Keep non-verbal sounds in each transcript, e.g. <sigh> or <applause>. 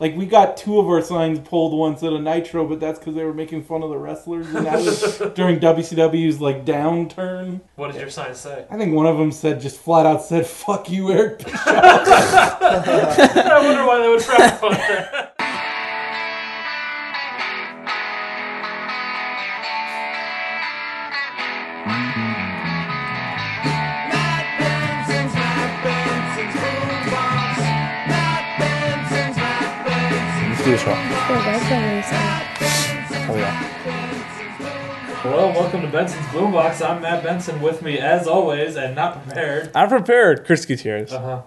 Like we got two of our signs pulled once at a Nitro, but that's because they were making fun of the wrestlers, and that <laughs> was during WCW's like downturn. What did your sign say? <laughs> I think one of them said just flat out said "fuck you, Eric." Bischoff." I wonder why they would frown upon that. Matt Benson's, Matt Benson's boombox. Matt Benson's, Matt Benson's Let's do this one. Oh, that's amazing. Oh yeah. <laughs> Well, welcome to Benson's Boombox. I'm Matt Benson. With me, as always, and not prepared. I'm prepared, Chris Gutierrez. Uh huh.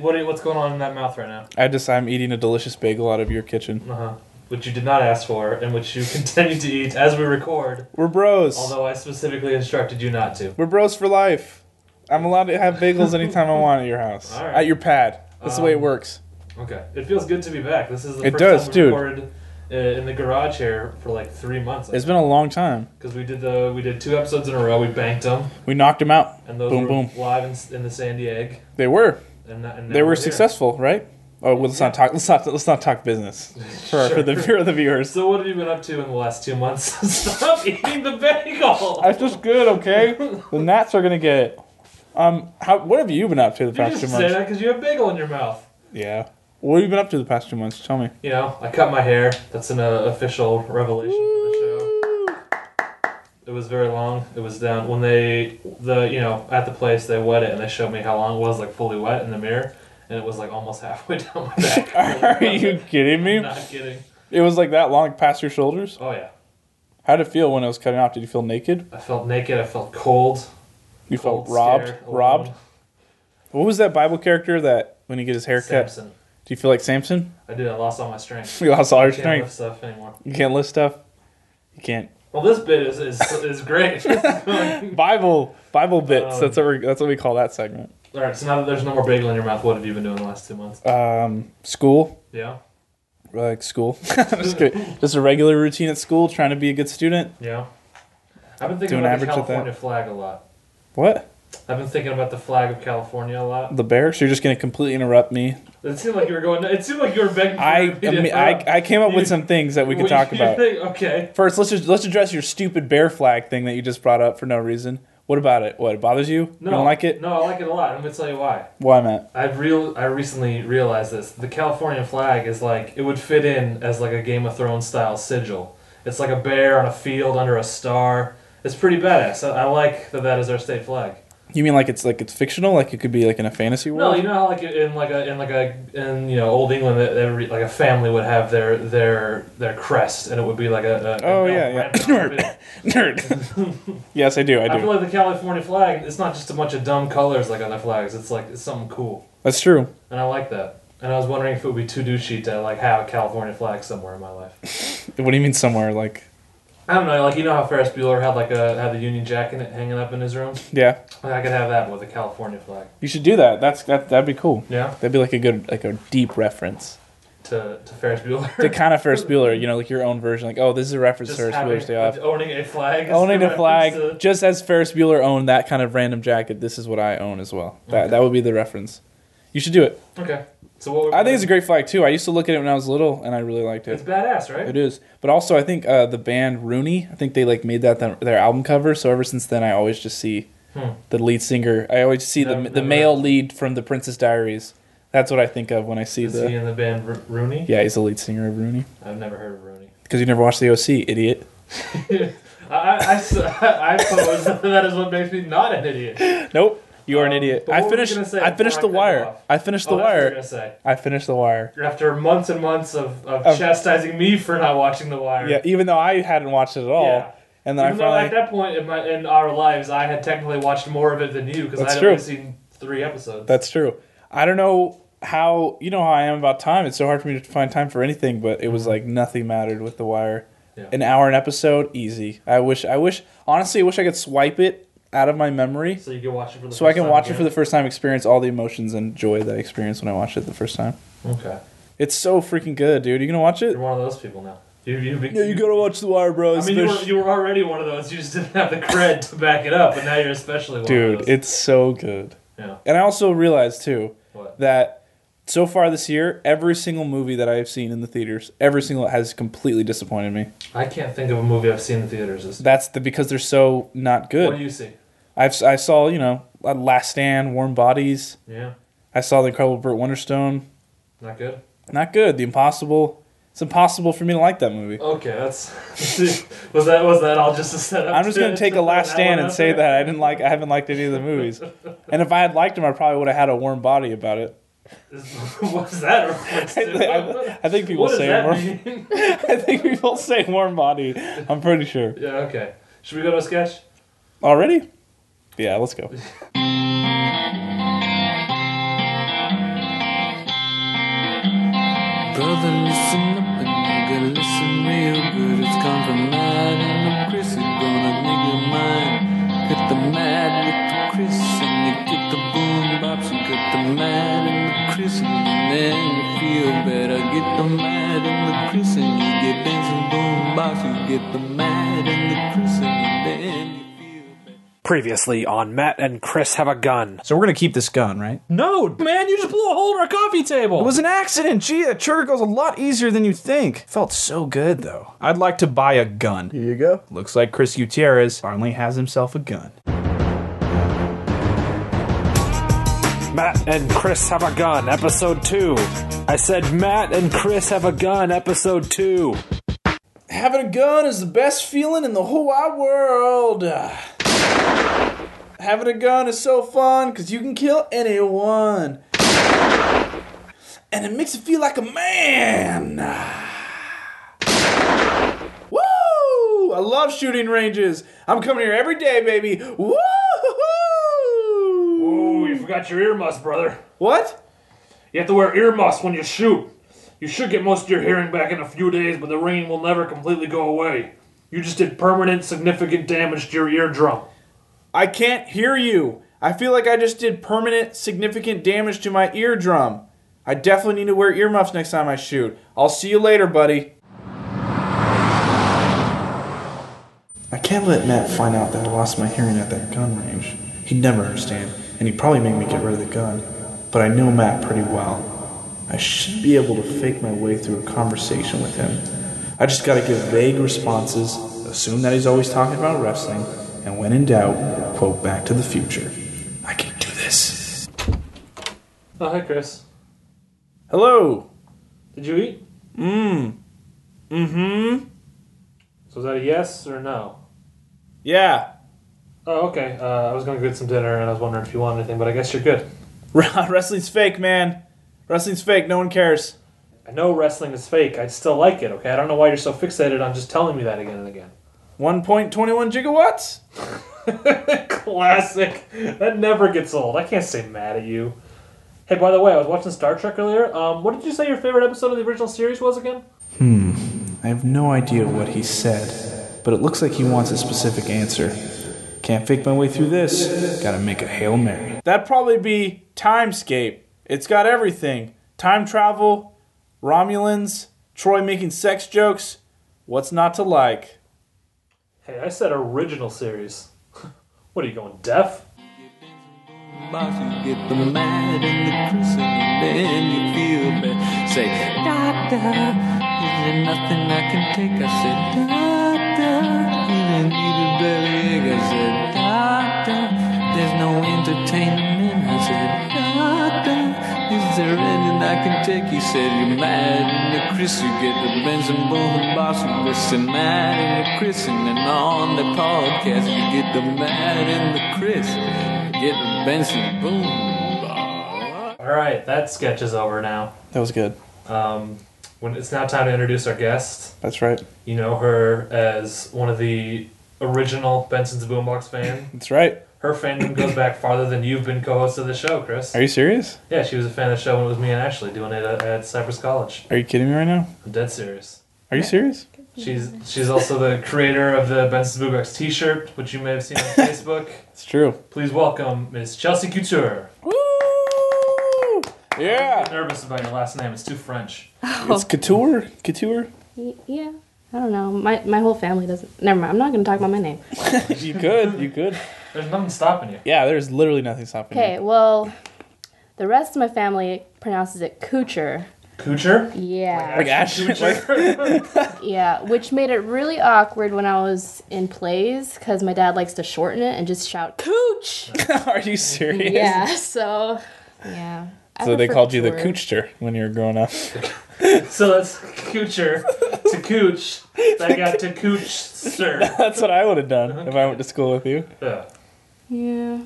What are- what's going on in that mouth right now? I just I'm eating a delicious bagel out of your kitchen. Uh huh. Which you did not ask for, and which you <laughs> continue to eat as we record. We're bros. Although I specifically instructed you not to. We're bros for life. I'm allowed to have bagels anytime I want at your house. All right. At your pad. That's the way it Um, works. Okay. It feels good to be back. This is the It first does, time we dude. recorded uh, in the garage here for like three months. It's been a long time. Because we did the we did two episodes in a row. We banked them, We knocked them out. and those Boom, were boom. live in, in the San Diego. They were. And, that- and now They we're were here. successful, right? Oh, well, let's not talk. Let's not. Let's not talk <laughs> business for, our- for the for the viewers. So what have you been up to in the last two months? <laughs> Stop eating the bagel. That's just good, okay? <laughs> The Nats are gonna get it. Um, how? What have you been up to the you past just two say months? that because you have bagel in your mouth. Yeah. What have you been up to the past two months? Tell me. <laughs> You know, I cut my hair. That's an uh, official revelation for the show. It was very long. It was down when they the you know at the place they wet it and they showed me how long it was like fully wet in the mirror, and it was like almost halfway <laughs> down my back. <laughs> Are you kidding me? Not kidding. It was like that long, like past your shoulders. Oh yeah. How did it feel when it was cutting off? Did you feel naked? I felt naked. I felt cold. You cold felt robbed. scared, alone. Robbed. What was that Bible character that when you get his hair cut? Samson. Do you feel like Samson? <laughs> I did. I lost all my strength. You lost all your Can't lift strength. stuff anymore. You can't lift stuff. <laughs> You can't. Well, this bit is is, is great. <laughs> all Bible Bible bits. Um, that's what we that's what we call that segment. right. So now that there's no more bagel in your mouth, what have you been doing the last two months? Um, school, Yeah. like school. <laughs> <laughs> just, kidding. Just a regular routine at school, trying to be a good student. Yeah. I've been thinking Doing about the average at that. California flag a lot. What? I've been thinking about the flag of California a lot. The barracks? You're just gonna completely <laughs> interrupt me? It seemed like you were going. It seemed like you were begging. For I me I, to mean, I I came up with some things that we could What <laughs> talk you about. think- okay. First, let's just let's address your stupid bear flag thing that you just brought up for no reason. What about it? What it bothers you? No, You don't like it? No, I like it a lot. I'm gonna tell you why. Why, Matt? I've real. I recently realized this. The California flag is like it would fit in as like a Game of Thrones style sigil. It's like a bear on a field under a star. It's pretty badass. I, I like that. That is our state flag. You mean like it's like it's fictional? Like it could be like in a fantasy No, world? <laughs> you know how like in like a in like a in you know old England, that every like a family would have their their their crest, and it would be like a, a Oh, a- yeah, yeah. Nerd. Nerd. yes, I do. <laughs> I I do. feel like the California flag. It's not just a bunch of dumb colors like other flags. It's like it's something cool, That's true. and I like that. And I was wondering if it would be too douchey to like have a California flag somewhere in my life. What do you mean somewhere? Like I don't know, like you know how Ferris Bueller had like a had the Union Jack in it hanging up in his room. yeah, Like, I could have that with a California flag. you should do that. That's that. That'd be cool. Yeah, That'd be like a good like a deep reference. to to Ferris Bueller. The kind of Ferris Bueller, you know, like your own version. Like oh, this is a reference Just to Ferris having- Bueller's Day Off. Owning a flag. is Owning a reference flag, to- just as Ferris Bueller owned that kind of random jacket. This is what I own as well. That that would be the reference. You should do it. Okay. So what? I think it's a great flag too. I used to look at it when I was little, and I really liked It's it. badass, right? It is, but also I think uh, the band Rooney. I think they like made that their, their album cover. So ever since then, I always just see Hmm. the lead singer. I always see Never- the the never male heard. lead from the Princess Diaries. That's what I think of when I see Is the. he in the band Ro- Rooney? Yeah, he's the lead singer of Rooney. I've never heard of Rooney. <laughs> Because you never watched the OC, idiot. I I, I, s- <laughs> I pose that <laughs> that is what makes me not an idiot. Nope, you are an Um, idiot. but what I were we finished. gonna say I finished before the I cut you wire. off? I finished the Oh, that's what you're wire. gonna say. I finished the wire. After months and months of, of Of- chastising me for not watching The Wire. Yeah, even though I hadn't watched it at all, Yeah. and then Even I though finally at that point in my in our lives, I had technically watched more of it than you because I That's had true. only seen three episodes. that's true. I don't know how you know how I am about time. It's so hard for me to find time for anything, but it was like nothing mattered with The Wire. Yeah. An hour an episode, easy. I wish. I wish. Honestly, I wish I could swipe it out of my memory so you can watch it for the. so I can watch it for the first time, experience all the emotions and joy that I experienced when I watched it the first time. Okay, It's so freaking good, dude. You gonna watch it? you're one of those people now. You you. Yeah, you gotta watch The Wire, bro. I It's mean, you the were, sh- you were already one of those. You just didn't have the cred to back it up, but now you're especially one of dude, those. it's so good. yeah. And I also realized too What? that so far this year, every single movie that I have seen in the theaters, every single has completely disappointed me. I can't think of a movie I've seen in theaters. This That's the because they're so not What do good. you see? I've I saw you know uh, Last Stand, Warm Bodies. Yeah, I saw the Incredible Burt Wonderstone. not good. Not good. The Impossible. It's impossible for me to like that movie. Okay, that's <laughs> was that was that all just a setup? I'm just to- gonna take to a last put <laughs> that one stand and out say there? that I didn't like I haven't liked any of the movies. And if I had liked them, I probably would have had a warm body about it. <laughs> <laughs> What's that? reference I, to? I- I think people What does say that warm. mean? <laughs> I think people say warm body. I'm pretty sure yeah. Okay. Should we go to a sketch? already. Yeah, let's go. Brother, listen up and nigga, listen real good. It's come from mad and I'm Chris. You're gonna nigga mine. Hit the mad with the Chris and you get the boom bops. You get the mad and the Chris and then you feel better. Get the mad and the Chris and you get dancing boom bops. You get the mad and the Chris and then you feel better. Previously on Matt and Chris have a gun. So we're gonna keep this gun, right? No, man, you just blew a hole in our coffee table. It was an accident. Gee, that trigger goes a lot easier than you think. Felt so good though. I'd like to buy a gun. Here you go. Looks like Chris Gutierrez finally has himself a gun. Matt and Chris have a gun, episode two. I said Matt and Chris have a gun, episode two. Having a gun is the best feeling in the whole wide world. Having a gun is so fun because you can kill anyone. And it makes you feel like a man. Woo! I love shooting ranges. I'm coming here every day, baby. Woo! Ooh, you forgot your earmuffs, brother. What? You have to wear earmuffs when you shoot. You should get most of your hearing back in a few days, but the rain will never completely go away. You just did permanent, significant damage to your eardrum. I can't hear you. I feel like I just did permanent, significant damage to my eardrum. I definitely need to wear earmuffs next time I shoot. I'll see you later, buddy. I can't let Matt find out that I lost my hearing at that gun range. He'd never understand, and he'd probably make me get rid of the gun. But I know Matt pretty well. I should be able to fake my way through a conversation with him. I just gotta give vague responses, assume that he's always talking about wrestling, and when in doubt, quote Back to the Future. I can do this. Oh, hi, Chris. Hello! Did you eat? Mm hmm. So is that a yes or no? Yeah. <laughs> Oh, okay. Uh, I was gonna get some dinner, and I was wondering if you wanted anything, but I guess you're good. Wrestling's fake, man. Wrestling's fake. No one cares. I know wrestling is fake. I still like it. Okay. I don't know why you're so fixated on just telling me that again and again. 1.21 gigawatts? <laughs> Classic. That never gets old. I can't stay mad at you. Hey, by the way, I was watching Star Trek earlier. Um, what did you say your favorite episode of the original series was again? I have no idea what he said, but it looks like he wants a specific answer. Can't fake my way through this. Gotta make a Hail Mary. That'd probably be Timescape. It's got everything time travel, Romulans, Troy making sex jokes. What's not to like? Hey, I said original series. <laughs> what are you going deaf? Box, you get the mad and the Chris and then you feel bad. Say, Doctor, is there nothing I can take? I said, Doctor, you didn't need a bellyache. I said, Doctor, there's no entertainment. I said, Doctor, is there anything I can take? He said, You're mad and the Chris, you get the Benz and boom box. You listen, mad and the Chris, and then on the podcast, you get the mad and the Chris. Get the Benson boom. All right, that sketch is over now. That was good. Um, when it's now time to introduce our guest. That's right. You know her as one of the original Benson's Boombox fan. That's right. Her fandom goes back farther than you've been co-host of the show, Chris. Are you serious? Yeah, she was a fan of the show when it was me and Ashley doing it at, at Cypress College. Are you kidding me right now? I'm dead serious. Are you serious? She's she's also the creator of the Benson Boombox T-shirt, which you may have seen on Facebook. It's true. Please welcome Miss Chelsea Couture. Woo! Yeah. Nervous about your last name? It's too French. It's couture. Couture. Y- Yeah, I don't know. My my whole family doesn't. Never mind. I'm not gonna talk about my name. You could. You could. There's nothing stopping you. Yeah, there's literally nothing stopping you. Okay, well, the rest of my family pronounces it Kucher. Coocher? Oh Yeah. Like <laughs> Yeah, which made it really awkward when I was in plays because my dad likes to shorten it and just shout "cooch." <laughs> Are you serious? yeah, so yeah. I So they prefer called you the short. coochster when you were growing up. So that's Coocher to Cooch. That got to Cooch, sir. <laughs> That's what I would have done if I went to school with you. Yeah. Yeah.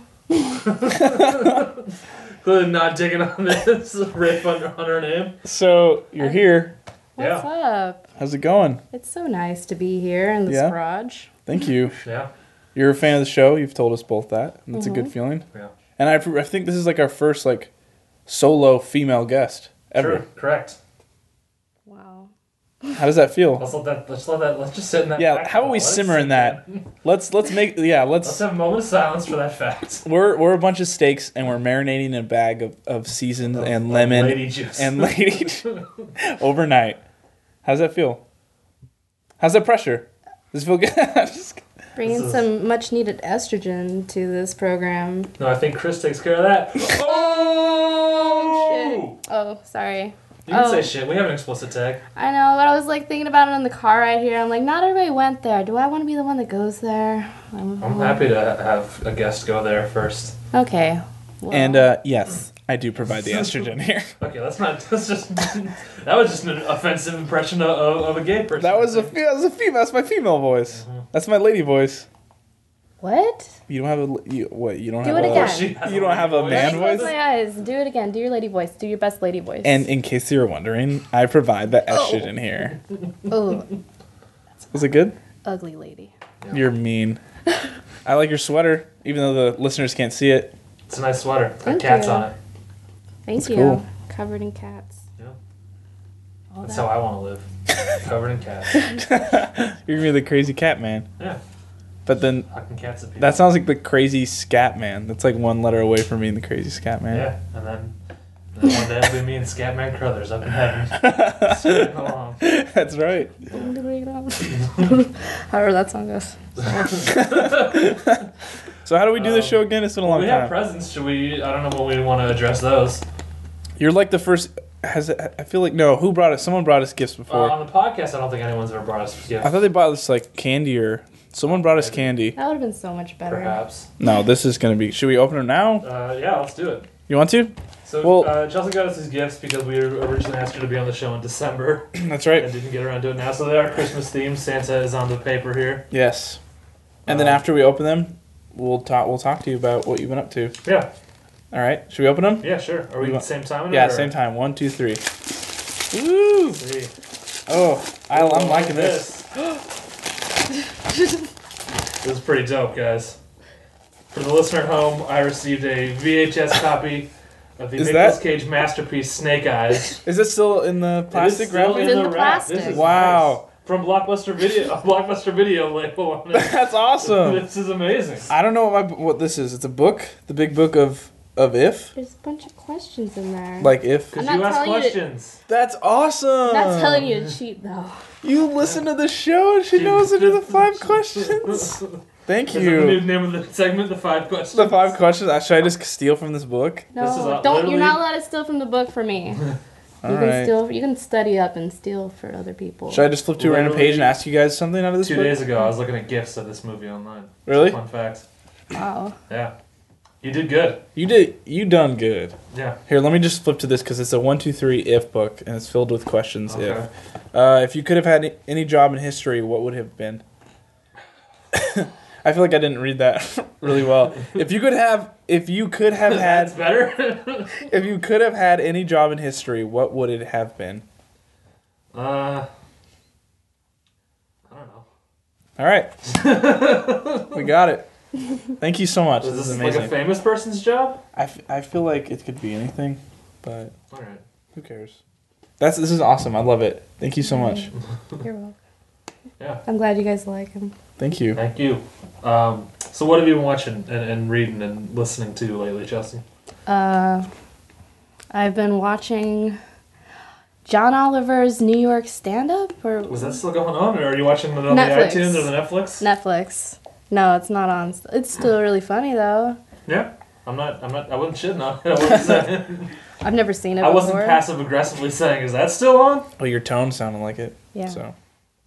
Clearly not digging on this <laughs> riff under on her name. So you're here. What's Yeah. up? How's it going? It's so nice to be here in this Yeah. garage. Thank you. Yeah. You're a fan of the show. You've told us both that, and that's a Mm-hmm. good feeling. Yeah. And I, I think this is like our first like solo female guest ever. True. Correct. Wow. How does that feel? Let's let that. Let's let that. Let's just sit in that. Yeah, fact how for are a we while. Let's simmer sit in that? <laughs> Let's let's make yeah, Let's let's have a moment of silence for that fact. we're we're a bunch of steaks and we're marinating in a bag of, of seasoned and lemon Oh, Lady juice. <laughs> and lady overnight. How's that feel? How's that pressure? Does it feel good? <laughs> Just- Bringing is- some much needed estrogen to this program. no, I think Chris takes care of that. Oh! Oh, sorry. You can Oh. say shit. We have an explicit tag. I know, but I was like thinking about it in the car right here. I'm like, not everybody went there. Do I want to be the one that goes there? I'm- I'm happy to have a guest go there first. Okay. Well, and uh, yes, I do <laughs> provide the estrogen here. <laughs> Okay, that's not. <laughs> That's just. that was just an offensive impression of, of, of a gay person. That was a fe- that was a female. That's my female voice. Uh-huh. That's my lady voice. what? You don't have a l- you, what? You don't Do have it a, again. She has You don't have a voice. man Close voice? my eyes. Do it again. Do your lady voice. Do your best lady voice. And in case you were wondering, I provide the estrogen here. oh, Was it good? ugly lady. You're mean. I like your sweater, even though the listeners can't see it. <laughs> It's a nice sweater. It's got Thank cats you. on it. Thank That's you. cool. Covered in cats. Yeah. All That's that. how I want to <laughs> live. Covered in cats. You're gonna be the crazy cat man. Yeah. But then Fucking cats appear. that sounds like the crazy scat man. That's like one letter away from being the crazy scat man. Yeah, and then, and then one day it'll be me and Scatman Crothers up in <laughs> heaven. Scatting along. That's right. <laughs> However that song goes. So how do we do this show again? It's been a long We time. have presents. Should we? I don't know when we want to address those. You're like the first. Has it, I feel like no. Who brought us? Someone brought us gifts Uh, before. on the podcast, I don't think anyone's ever brought us I gifts. thought they brought us like candy or someone brought us candy. That would have been so much better. Perhaps. No, this is gonna be. Should we open them now? Uh, yeah, let's do it. You want to? So Well- uh, Chelsea got us these gifts because we originally asked her to be on the show in <laughs> December <clears throat> That's and right. didn't get around to it now. So they are Christmas themed. Santa is on the paper here. Yes. And then Uh, after we open them, we'll talk. We'll talk to you about what you've been up to. Yeah, All right. Should we open them? yeah, sure. Are we at You the want- same time? in it, Yeah, or- same time. One, two, three. Woo! Three. Oh, I, I'm liking this. this is pretty dope, guys. For the listener at home, I received a VHS copy of the Is Nicolas that- Cage masterpiece Snake Eyes. Is it still in the plastic wrap? in- It's in the plastic. Wow. From Blockbuster Video, a Blockbuster Video label on it. <laughs> That's awesome. this is amazing. Oh. I don't know what my, what this is. It's a book, the big book of of if, There's a bunch of questions in there. like if. I'm Because not you ask telling you to- questions. That's awesome. Not telling you to cheat though. You listen to the show and she knows it are the five questions. <laughs> Thank Is that the new you. name of the segment, the five questions. The five questions. Uh, Should I just steal from this book? No, is a- don't. literally- You're not allowed to steal from the book <laughs> for me. you All can right. steal. You can study up and steal for other people. Should I just flip to a random Literally- page and ask you guys something out of this Two book? days ago, I was looking at gifts of this movie online. Really? Fun fact. Wow. Yeah. You did good. You did. You done good. Yeah. Here, let me just flip to this because it's a one, two, three if book, and it's filled with questions. Okay. If, uh, if you could have had any job in history, what would have been? <laughs> I feel like I didn't read that <laughs> really well. If you could have, if you could have That's <laughs> had, better. if you could have had any job in history, what would it have been? Uh, I don't know. <laughs> All right, we got it. Thank you so much. Is This is this like a amazing. famous person's job? I, f- I feel like it could be anything, but All right. who cares? That's this is awesome. I love it. Thank you so much. Mm-hmm. You're welcome. Yeah. I'm glad you guys like him. Thank you. Thank you. Um, so what have you been watching and, and reading and listening to lately, Chelsea? Uh, I've been watching John Oliver's New York stand up or Was that still going on, or are you watching it on Netflix. the iTunes or the Netflix? Netflix. No, it's not on. It's still really funny though. yeah. I'm not. I'm not. I wasn't shitting on it. I wasn't saying. I've never seen it I before. wasn't passive aggressively saying, "Is that still on?" Well, your tone sounded like it. Yeah. So,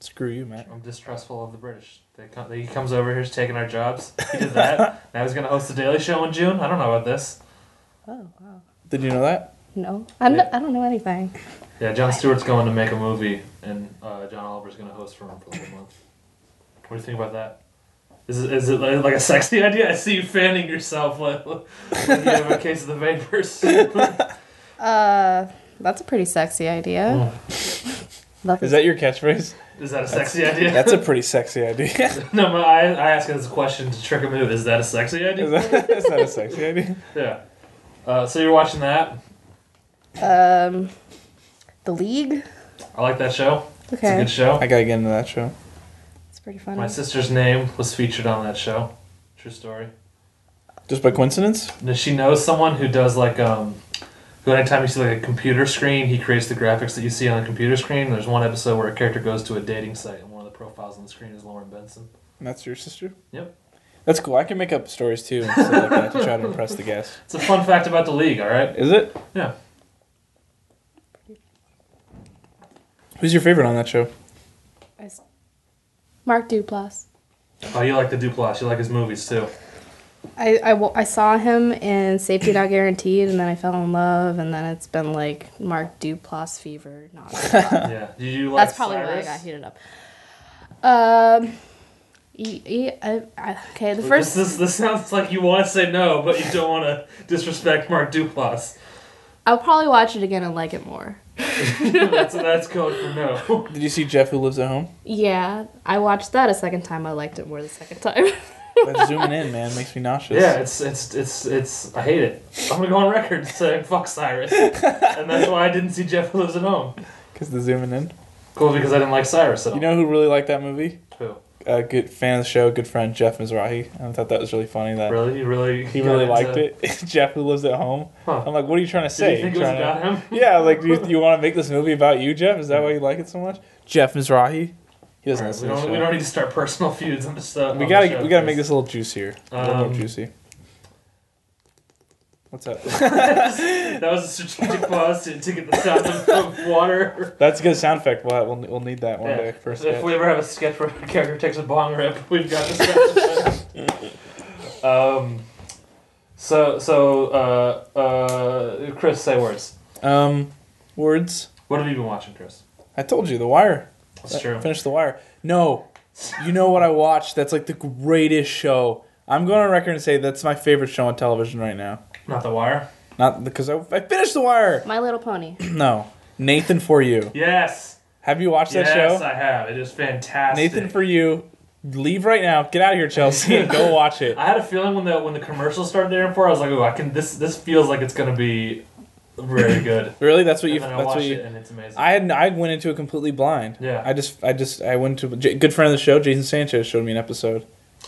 screw you, Matt. I'm distrustful of the British. They come, he comes over here, he's taking our jobs. He did that. now he's gonna host the Daily Show in June. I don't know about this. Oh, wow. Did you know that? No. I'm Yeah. not, I don't know anything. Yeah, John Stewart's going to make a movie, and uh, John Oliver's gonna host for him for the whole month. What do you think about that? Is it, is it like like a sexy <laughs> idea? I see you fanning yourself <laughs> like, like you have a case of the vapors. Uh, that's a pretty sexy idea. Love Is that your catchphrase? Is that a sexy idea? That's a pretty sexy idea. <laughs> No, but I, I ask this question to trick him into is that a sexy is, idea? that, is that a sexy idea? Yeah. Uh, so you're watching that. um, the league. I like that show. It's a Okay, good show. I gotta get into that show. it's pretty funny. My sister's name was featured on that show. True story. Just by coincidence? And she knows someone who does like um who anytime you see like a computer screen, he creates the graphics that you see on the computer screen. There's one episode where a character goes to a dating site and one of the profiles on the screen is Lauren Benson. And that's your sister? Yep. That's cool. I can make up stories too and stuff like that to try to impress the guests. It's a fun fact about the league, alright? Is it? Yeah. Who's your favorite on that show? I s- Mark Duplass. Oh, you like the Duplass, you like his movies too. I, I, wa- I saw him in Safety Not Guaranteed, and then I fell in love, and then it's been like Mark Duplass fever. <laughs> Not Yeah. Did you like that's probably Cyrus? why I got heated up. Um, e- e- I, I, okay, the First, first this, this sounds like you want to say no, but you don't want to disrespect Mark Duplass. I'll probably watch it again and like it more. that's that's code for no. <laughs> Did you see Jeff who lives at home? Yeah, I watched that a second time. I liked it more the second time. <laughs> That's zooming in, man. Makes me nauseous. Yeah, it's it's it's it's. I hate it. I'm gonna go on record saying fuck <laughs> Cyrus, and that's why I didn't see Jeff Who Lives at Home. Because the zooming in. Cool, because I didn't like Cyrus at all. You know who really liked that movie? Who? A good fan of the show, good friend Jeff Mizrahi. And I thought that was really funny that Really, he really he really got into- liked it. <laughs> Jeff who lives at home. Huh. I'm like, what are you trying to Did say? you think it You was trying to- about him? Yeah, like you, you want to make this movie about you, Jeff? Is that why you like it so much? Jeff Mizrahi. He doesn't Alright, we listen to don't the we show. don't need to start personal feuds on the stuff. We on the gotta show, we gotta please. make this a little juicy. A little Um, more juicy. What's up? That was a strategic pause to, to get the sound of, of water. That's a good sound effect. We'll, we'll, we'll need that one Yeah. day. First if we ever have a sketch where a character takes a bong rip, we've got this. um, so so uh, uh, Chris, say words. Um, words. What have you been watching, Chris? I told you, The Wire. That's true. Finish The Wire. No, you know what I watched? That's like the greatest show. I'm going on record and say that's my favorite show on television right now. Not The Wire. Not because I, I finished The Wire. <clears throat> My Little Pony. No, Nathan for You. Yes. Have you watched that yes, show? I have. It is fantastic. Nathan for You. Leave right now. Get out of here, Chelsea, and go <laughs> watch it. I had a feeling when the when the commercials started there and for, I was like, "Ooh, I can." This this feels like it's gonna be <coughs> very good. Really? That's what and you. then I That's what watched you. it, and it's amazing. I had I went into it completely blind. Yeah. I just I just I went to J- good friend of the show Jason Sanchez showed me an episode.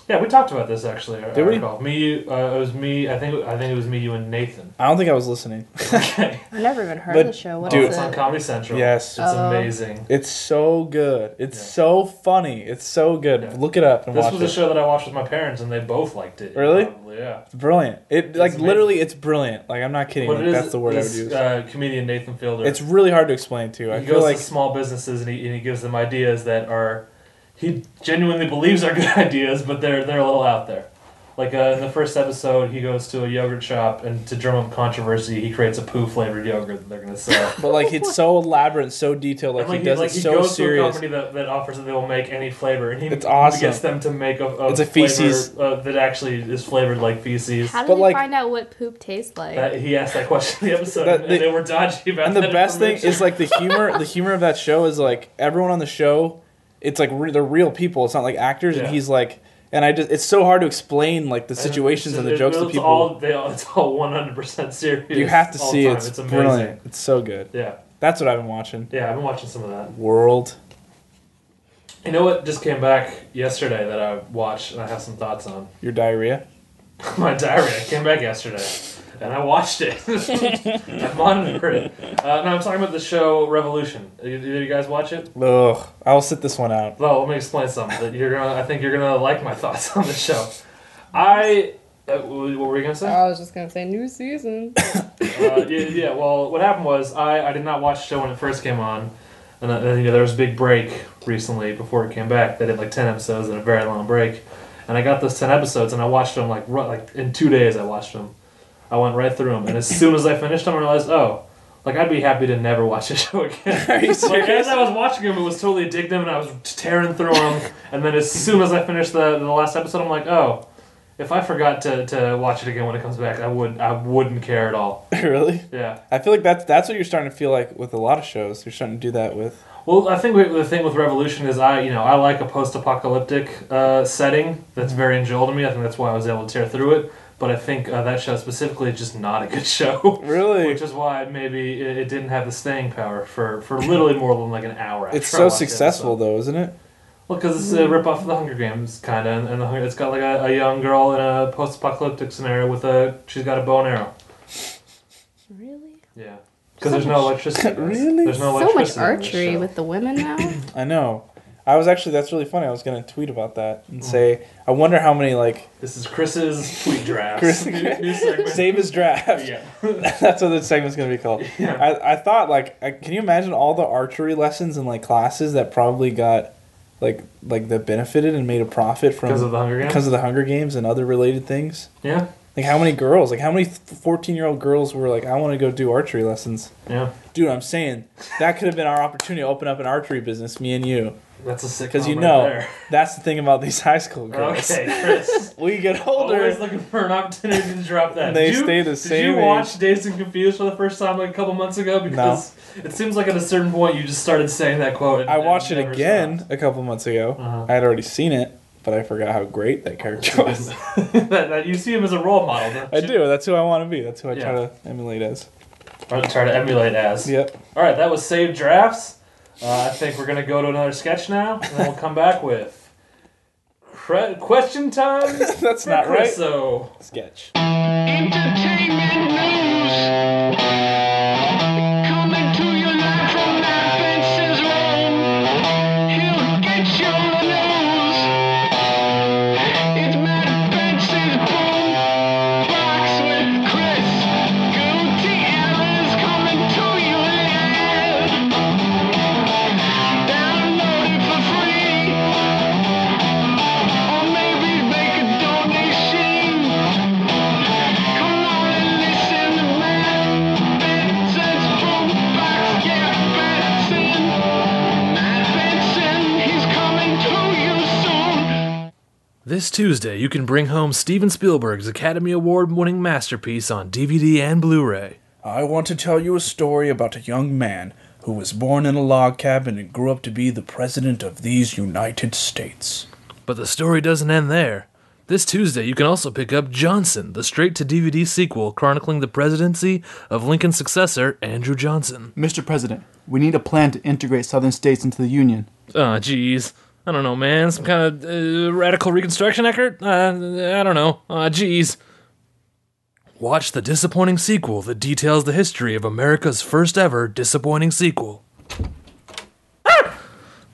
yeah, we talked about this actually. I- Did I we? recall. Me, you, uh, it was me. I think I think it was me, you, and <laughs> Nathan. I don't think I was listening. Okay. I've never even heard But of the show. What dude- oh, is it's on it? Comedy Central. it's Yes. Oh. amazing. It's so good. It's Yeah. so funny. It's so good. Yeah. Look it up and This watch was it. a show that I watched with my parents, and they both liked it. Really? Probably, yeah. It's brilliant. It like amazing. literally it's brilliant. Like I'm not kidding. What Like, it is, that's the word I would is, use. Uh, comedian Nathan Fielder. it's really hard to explain too. I he feel goes like to small businesses and he, and he gives them ideas that are he genuinely believes are <laughs> good ideas, but they're they're a little out there. Like uh, in the first episode, he goes to a yogurt shop and to drum up controversy, he creates a poo flavored yogurt that they're gonna sell. but like it's so elaborate, and so detailed. <laughs> Like, And, like he does like, it he so goes to a serious. company that, that offers that they will make any flavor, and he It's awesome. gets them to make a, a It's a flavor, feces. uh, that actually is flavored like feces. How did But, they like- find out what poop tastes like? That- he asked that question in the episode, That- and they they- were dodgy about And the that best thing information. is like the <laughs> humor. the humor of that show is like everyone on the show. It's like re- they're real people. It's not like actors. Yeah. And he's like, and I just it's so hard to explain like the And situations it's- and the it's- jokes it's that people. All, they all, it's all one hundred percent serious. you have to all see the it. time. It's, amazing. brilliant. It's so good. Yeah, That's what I've been watching. yeah. I've been watching some of that. World. You know what just came back yesterday that I watched and I have some thoughts on <laughs> Your diarrhea. my diary. I came back yesterday and I watched it. <laughs> I monitored it. Uh, no, I'm talking about the show Revolution. Uh, Did you guys watch it? Ugh. I'll sit this one out. <laughs> Well, let me explain something. That you're gonna. I think you're gonna like my <laughs> thoughts on the show. I. Uh, what were you gonna say? Oh, I was just gonna say new season. uh, yeah, yeah, well, what happened was I, I did not watch the show when it first came on, and then, then, you know there was a big break recently before it came back. They did like ten episodes and a very long break, and I got those ten episodes and I watched them like ru- like in two days. I watched them. I went right through them, and as soon as I finished them, I realized oh. Like I'd be happy to never watch the <laughs> show again. like as I was watching him, it was totally addictive, and I was tearing through them. And then as soon as I finished the, the last episode, I'm like, oh, if I forgot to, to watch it again when it comes back, I would I wouldn't care at all. really? Yeah. I feel like that's that's what you're starting to feel like with a lot of shows. You're starting to do that with. Well, I think we, the thing with Revolution is I, you know, I like a post-apocalyptic uh, setting that's very enjoyable to me. I think that's why I was able to tear through it. But I think uh, that show specifically is just not a good <laughs> show, Really? which is why maybe it, it didn't have the staying power for, for literally more than like an hour. After It's I so watched the successful episode. though, isn't it? Well, because it's a rip-off of The Hunger Games, kind of, and, and the, Hunger- it's got like a, a young girl in a post-apocalyptic scenario with a she's got a bow and arrow. Really? Yeah, because there's no electricity. guys. <laughs> Really? There's no so electricity. much in this archery show. with the <coughs> women now. I know. I was actually that's really funny. I was gonna tweet about that and say I wonder how many like This is Chris's tweet drafts. Chris- new, new segment. save his draft. Yeah. <laughs> that's what this segment's gonna be called. Yeah. I, I thought like I, can you imagine all the archery lessons and like classes that probably got like like that benefited and made a profit from Because of the Hunger Games. because of the Hunger Games and other related things. yeah. Like how many girls? Like how many fourteen year old girls were like, I want to go do archery lessons. Yeah. Dude, I'm saying that could have been our opportunity to open up an archery business, me and you, That's a sitcom. because you right know there. that's the thing about these high school girls. Okay, Chris. We get older. <laughs> Always looking for an opportunity to drop that. They did you, stay the Did same you watch Dazed and Confused for the first time like a couple months ago? Because it seems like at a certain point you just started saying that quote. and- I and watched it never again stopped. a couple months ago. Uh-huh. I had already seen it, but I forgot how great <laughs> that character was. that, that you see him as a role model. don't I you? do. That's who I want to be. That's who I try Yeah. to emulate as. Or try to emulate as. Yep. <laughs> All right, that was saved drafts. Uh, I think we're gonna go to another sketch now, and then we'll come back with cre- question time. <laughs> That's not right. So. Sketch. Entertainment news coming to your life from Matt Benson's room. He'll get your news. It's Matt Benson's boom box with Chris Gutierrez coming to you live. Download it for free, or maybe make a donation. Come on and listen to Matt Benson's boombox. Yeah, Benson. Matt Benson, he's coming to you soon. This Tuesday, you can bring home Steven Spielberg's Academy Award winning masterpiece on DVD and Blu ray. I want to tell you a story about a young man who was born in a log cabin and grew up to be the president of these United States. But the story doesn't end there. This Tuesday, you can also pick up Johnson, the straight to DVD sequel chronicling the presidency of Lincoln's successor, Andrew Johnson. Mr. President, we need a plan to integrate southern states into the Union. Ah, jeez. I don't know, man. Some kind of uh, radical reconstruction effort? Uh, I don't know. Ah, jeez. Watch the disappointing sequel that details the history of America's first ever disappointing sequel.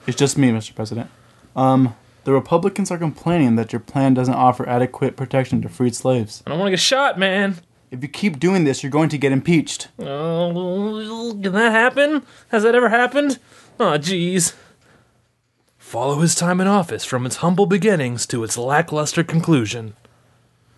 It's just me, Mr. President. Um, the Republicans are complaining that your plan doesn't offer adequate protection to freed slaves. I don't want to get shot, man. If you keep doing this, you're going to get impeached. Oh, can that happen? Has that ever happened? Aw, jeez. Follow his time in office from its humble beginnings to its lackluster conclusion.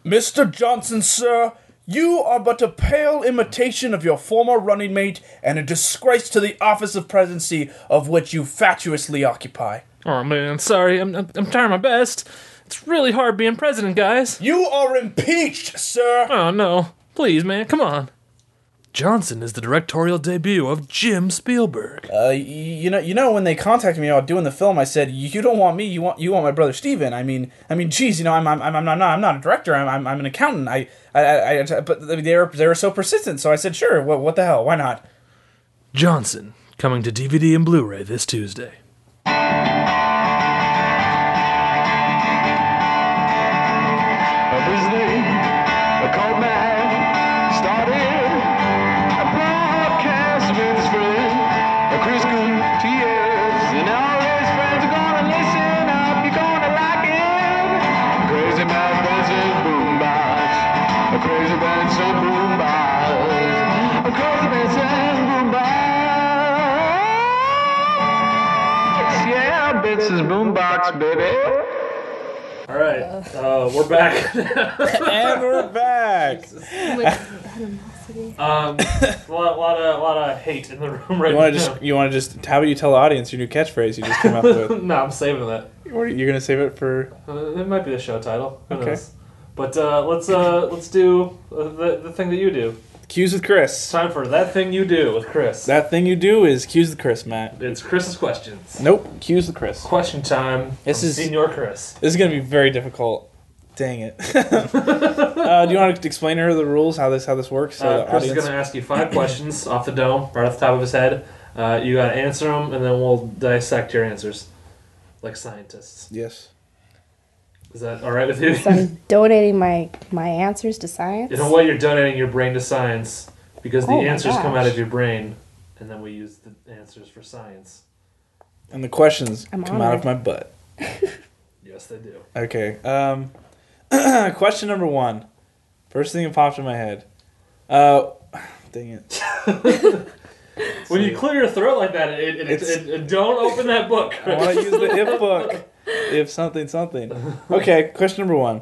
Mr. Johnson, sir, you are but a pale imitation of your former running mate and a disgrace to the office of presidency of which you fatuously occupy. Oh man, sorry. I'm, I'm, I'm trying my best. It's really hard being president, guys. You are impeached, sir! Oh no. Please, man, come on. Johnson is the directorial debut of Jim Spielberg. Uh, y- you know, you know, when they contacted me about doing the film, I said, "You don't want me. You want, you want my brother Steven. I mean, I mean, geez, you know, I'm, I'm, I'm, I'm not, I'm not a director. I'm, I'm, I'm an accountant. I, I, I, I but they were, they were so persistent. So I said, sure. What, what the hell? Why not? Johnson, coming to DVD and Blu ray this Tuesday. Crazy Benson boombox. Bits's boombox, baby. All right, uh, we're back. <laughs> and we're back. Um, a lot, lot of, lot of hate in the room right You want to now. <laughs> just you want to just how about you tell the audience your new catchphrase you just came <laughs> up with? no, I'm saving that. What are you- You're gonna save it for Uh, that might be the show title. Who Okay. knows? But uh, let's uh, let's do uh, the, the thing that you do. cues with It's Chris. time for that thing you do with Chris. That thing you do is cues with Chris, Matt. it's Chris's questions. Nope, cues with Chris. Question time. Mm. This This is- is Senior Chris. This is gonna be very difficult. <laughs> Dang it. uh, do you want to explain to her the rules how this how this works? So Uh, the Chris is audience- going to ask you five questions off the dome, right off the top of his head. Uh, you got to answer them, and then we'll dissect your answers, like scientists. Yes. Is that all right with you? So I'm donating my my answers to science. In a way, you're donating your brain to science because the Oh my answers come out gosh. of your brain, and then we use the answers for science. And the questions I'm come out of honored. my butt. Yes, they do. Okay. Um, <clears throat> question number one. First thing that popped in my head. Uh, <sighs> dang it. When you clear your throat like that, it, it, it, It's- it, don't open that book. I want to use the if book. If something something. Okay. Question number one.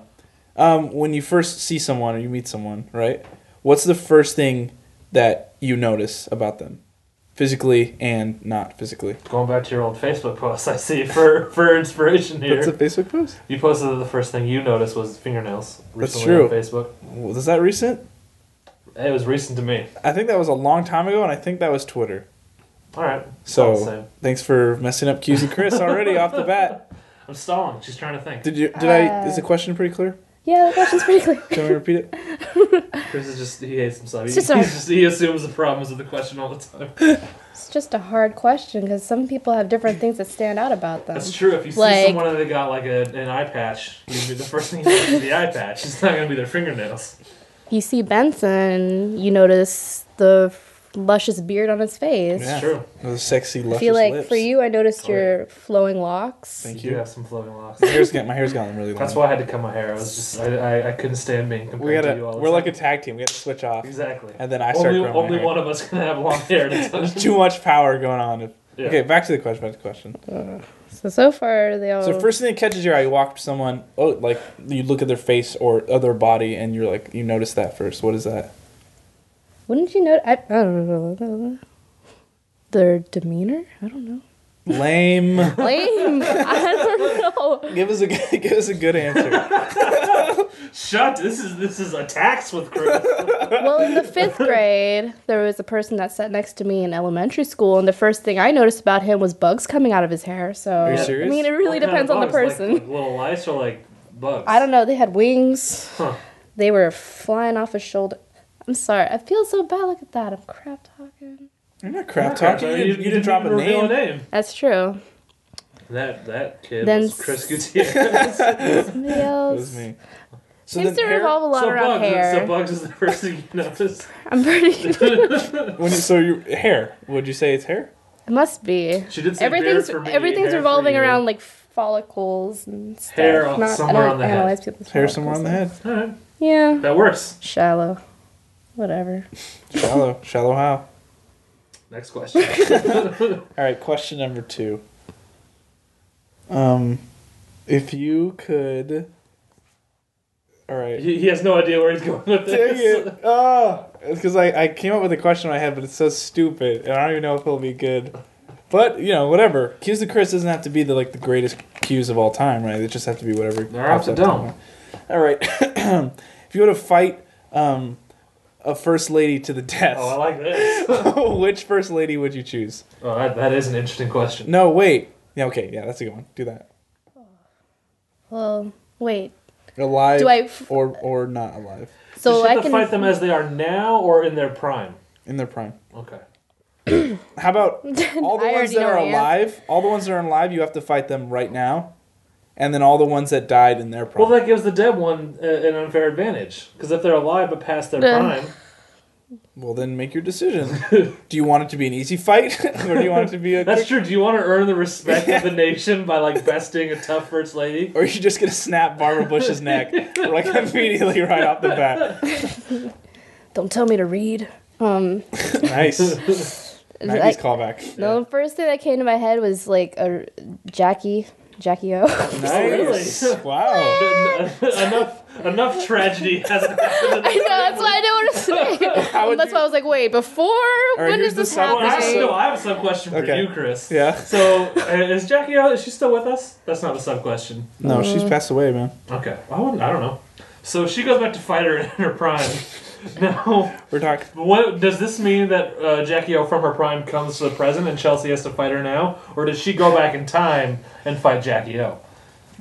Um, when you first see someone or you meet someone, right? What's the first thing that you notice about them, physically and not physically? Going back to your old Facebook post, I see <laughs> for for inspiration here. That's a Facebook post. you posted that the first thing you noticed was fingernails. That's recently On Facebook. Was that recent? It was recent to me. I think that was a long time ago, and I think that was Twitter. All right. it's all the So same. thanks for messing up Q's and Chris already off the bat. I'm stalling. She's trying to think. Did you? Did I? Uh, Is the question pretty clear? Yeah, the question's pretty clear. Can we repeat it? <laughs> Chris is just he hates himself. He, It's just a- he's just, he assumes the problems of the question all the time. It's just a hard question because some people have different things that stand out about them. That's true. If you see Like- someone and they got like a, an eye patch, you'd be- the first thing you notice is the eye patch. It's not gonna be their fingernails. You see Benson, you notice the luscious beard on his face. Yeah. It's true. Those sexy I luscious feel like lips. for you, I noticed Oh, yeah. your flowing locks. Thank You you. do have some floating locks. My hair's, got, my hair's gotten really long. That's why I had to cut my hair. I was just I, I, I couldn't stand being compared we to gotta. you all the We're like a time. tag team. We gotta switch off. exactly. And then I start only growing my only hair. one of us can have <laughs> long hair. At a time. There's too much power going on. If, Yeah. Okay, back to the question. Back to the question. So so far they all. So first thing that catches your eye, you walk up to someone. Oh, like you look at their face or other body, and you're like, you notice that first. What is that? wouldn't you know? I, I don't know. Their demeanor? I don't know. <laughs> Lame. Lame. <laughs> I don't know. give us a good- <laughs> give us a good answer. Shut. This is this is attacks with Chris. <laughs> Well, in the fifth grade, there was a person that sat next to me in elementary school, and the first thing I noticed about him was bugs coming out of his hair. So Are you I serious? mean, it really What kind depends of on the bugs? person. Like, like little lice or like bugs. I don't know. They had wings. Huh. They were flying off his shoulder. I'm sorry. I feel so bad. Look at that. I'm crap talking. You're not crap Crap, talking. you, You, didn't- you didn't drop a even reveal name. That's true. That that kid Then was <laughs> Chris Gutierrez. Somebody It else. was me. So Seems to hair- revolve a lot so around bugs, hair. So bugs is <laughs> the first thing you notice. I'm pretty. <laughs> when you, so your hair. Would you say it's hair? It must be. She did say beard Everything's for me, hair everything's for revolving you. around like follicles and stuff. Hair on- Not, somewhere I don't on the head. analyze people's Hair somewhere on the follicles. head. All right, Yeah. that works. Shallow. Whatever. Shallow. Shallow how? Next question. All right. Question number two. Um, if you could. All right. he, he has no idea where he's going with <laughs> Dang this. it! Oh, because I, I came up with a question in my head, but it's so stupid, and I don't even know if it'll be good. But you know, whatever. Cues of Chris doesn't have to be the like the greatest cues of all time, right? They just have to be whatever. They're off pops the up to dome. mind. All right. <coughs> if you were to fight um, a first lady to the death, Oh, I like this. <laughs> which first lady would you choose? Oh, that, that is an interesting question. No, wait. Yeah, okay, yeah, that's a good one. Do that. Well, wait. Alive Do I f- or or not alive So Does she I have to can fight them as they are now or in their prime. in their prime. Okay. How about all the <laughs> I ones already that know are my answer. alive? All the ones that are alive, you have to fight them right now, and then all the ones that died in their Well, prime. that gives the dead one uh, an unfair advantage because if they're alive but past their Yeah. prime, Well, then make your decision. <laughs> do you want it to be an easy fight, <laughs> or do you want it to be a? that's Quick... true. Do you want to earn the respect <laughs> of the nation by like besting a tough first lady? <laughs> Or are you just gonna snap Barbara Bush's neck like immediately right off the bat? don't tell me to read. Um Nice. Like, callbacks. The first thing that came to my head was like a Jackie, Jackie O. <laughs> Nice. wow. enough enough tragedy has happened. I know that's why I didn't want to <laughs> say. that's why I was like, wait, before when here's is this the sub- Well, I, happening? no, I have a sub question for Okay. you, Chris. Yeah. So uh, is Jackie? out- Is she still with us? That's not a sub question. No, she's Mm. passed away, man. Okay. I wouldn't. I don't know. So she goes back to fighter in her <laughs> prime. now, We're talking. what does this mean that uh, Jackie O from her prime comes to the present and Chelsea has to fight her now, or does she go back in time and fight Jackie O?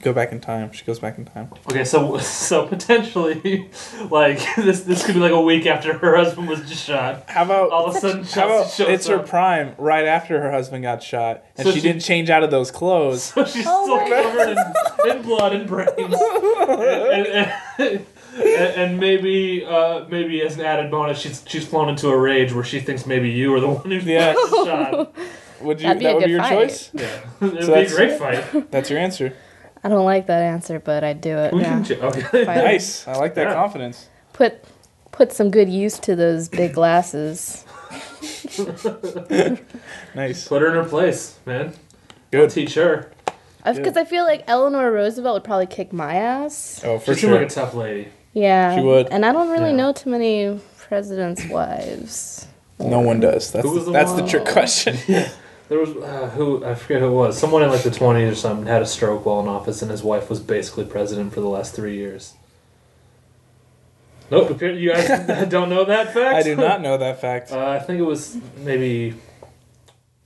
Go back in time. She goes back in time. Okay, so <laughs> so potentially, <laughs> like this this could be like a week after her husband was just shot. How about All of a sudden, Chelsea How about shows it's her up. <laughs> prime right after her husband got shot, and So she, she- didn't change out of those clothes. So she's still covered in, in blood and brains. And, and, and, and maybe uh, maybe as an added bonus, she's she's flown into a rage where she thinks maybe you are the one who Yeah. got shot. Would you? That'd be that a would be good your fight. choice. Yeah, it'd So be a that's- great fight. That's your answer. <laughs> I don't like that answer, but I do it. We now. can ch- okay. Fight. Nice. I like that Yeah. confidence. Put put some good use to <clears throat> those big glasses. Nice. Put her in her place, man. Good. Teach her. Because I feel like Eleanor Roosevelt would probably kick my ass. Oh, She for seemed sure. like a tough lady. Yeah, She would. And I don't really Yeah. know too many presidents' wives. no one does. That's Who was the, the that's the one? <laughs> trick question. There was uh, who I forget who it was. Someone in like the twenties or something had a stroke while in office, and his wife was basically president for the last three years. Nope, appear- you guys <laughs> don't know that fact. I do not know that fact. <laughs> Uh, I think it was maybe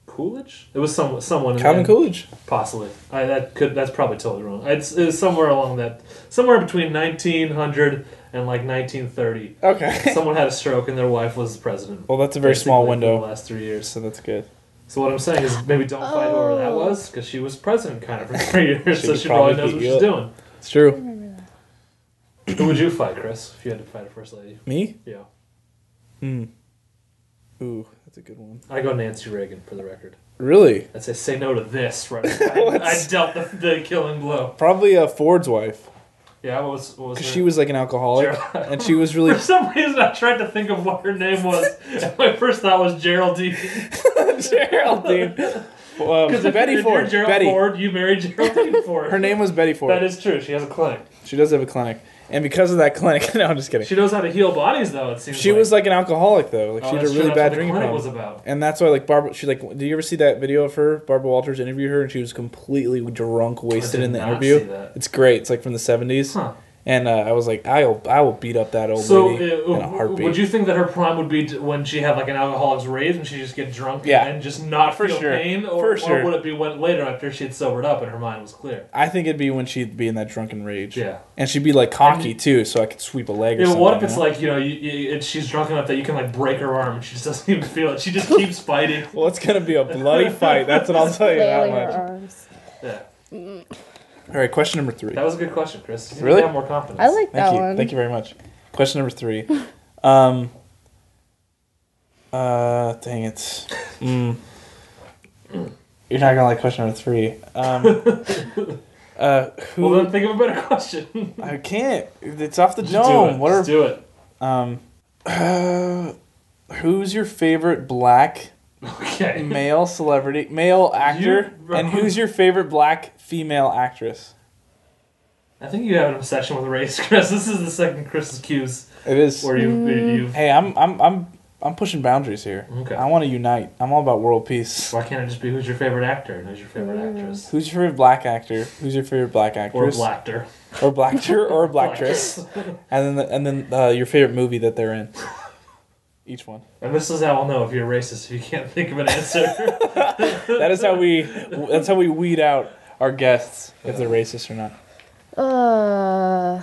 Coolidge. It was some someone. in- Calvin Coolidge. possibly. I, that could. That's probably totally wrong. It's, it's somewhere along that, somewhere between nineteen hundred and like nineteen <laughs> thirty. Okay. Someone had a stroke, and their wife was president. Well, that's a very small basically, for window, The last three years. so that's good. So what I'm saying is maybe don't fight whoever that Oh. was because she was president kind of <laughs> for three years, She so could she probably probably knows what beat she's you doing. It's true. Who would you fight, Chris, if you had to fight a first lady? Me? Yeah, Hmm. Ooh, that's a good one. I go Nancy Reagan for the record. Really? I'd say say no to this. Right, <laughs> away. I, I dealt the, the killing blow. Probably uh, Ford's wife, Yeah, what was what was because her- she was like an alcoholic, Gerald- and she was <laughs> really For some reason, I tried to think of what her name was. <laughs> <laughs> and my first thought was Geraldine. Geraldine. <laughs> Well, Because Um, if, Betty if <laughs> Ford. you're Gerald Betty. Ford, you married <laughs> Geraldine Ford. Her name was Betty That Ford. is true. She has a clinic. she does have a clinic, and because of that clinic, <laughs> no, I'm just kidding. She knows how to heal bodies, though. It seems She like. was like an alcoholic though. Like Oh, she had a that's true, that's really what bad the drinking clinic was problem. about. And that's why, like Barbara, she like. Did you ever see that video of her? Barbara Walters interviewed her, and she was completely drunk, wasted did in the not interview. see that. It's great. It's like from the seventies. Huh. And uh, I was like, I'll I will beat up that old So, lady uh, in a heartbeat. would you think that her prime would be t- when she had like an alcoholic's rage and she just get drunk Yeah. and just not For feel sure. pain, or, For or sure. would it be when later after she had sobered up and her mind was clear? I think it'd be when she'd be in that drunken rage. Yeah. And she'd be like cocky too, so I could sweep a leg or Yeah, but something. what if it's you know? like you know you, you, it, she's drunk enough that you can like break her arm and she just doesn't <laughs> even feel it. She just keeps <laughs> fighting. Well, it's gonna be a bloody fight. That's what I'll tell you that Flailing her much. arms. Yeah, All right, question number three. that was a good question, Chris. You need to Really? Have more confidence. I Thank like that you. one. Thank you very much. Question <laughs> number three. Um, uh, dang it. Mm. You're not gonna like question number three. Um, <laughs> uh, who? Well, then think of a better <laughs> <laughs> question. I can't. It's off the Just do dome. it. What Just are do it? <laughs> um? Uh, who's your favorite black Okay. male celebrity, male actor, You- and who's your favorite black female actress? I think you have an obsession with race, <laughs> Chris. This is the second Chris's cues It is. where you Mm. you. Hey, I'm I'm I'm I'm pushing boundaries here. Okay. I want to unite. I'm all about world peace. Why can't it just be who's your favorite actor and who's your favorite Mm. actress? Who's your favorite black actor? Who's your favorite black Or actress? blackter. or black <laughs> actor or black actress? and then the, and then uh, your favorite movie that they're in. Each one. And this is how I'll know if you're racist if you can't <laughs> think of an answer. That is how we that's how we weed out our guests if they're racist or not. Uh,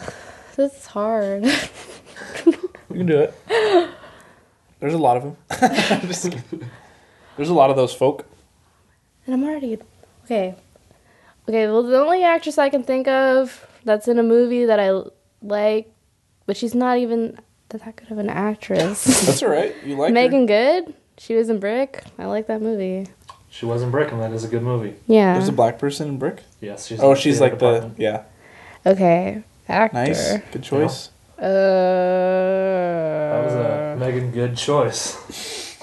this is hard. <laughs> You can do it. There's a lot of them. <laughs> Just kidding. There's a lot of those folk. And I'm already okay. Okay, well, the only actress I can think of that's in a movie that I l- like, but she's not even that that good of an actress. <laughs> That's all right. You like her. Megan Good. She was in Brick. I like that movie. <laughs> she wasn't breaking. That is a good movie. Yeah. There's a black person in Brick. Yes, she's. Oh, in she's theater like the department. yeah. okay, actor. Nice. Good choice. Uh, Uh. That was a Megan good choice.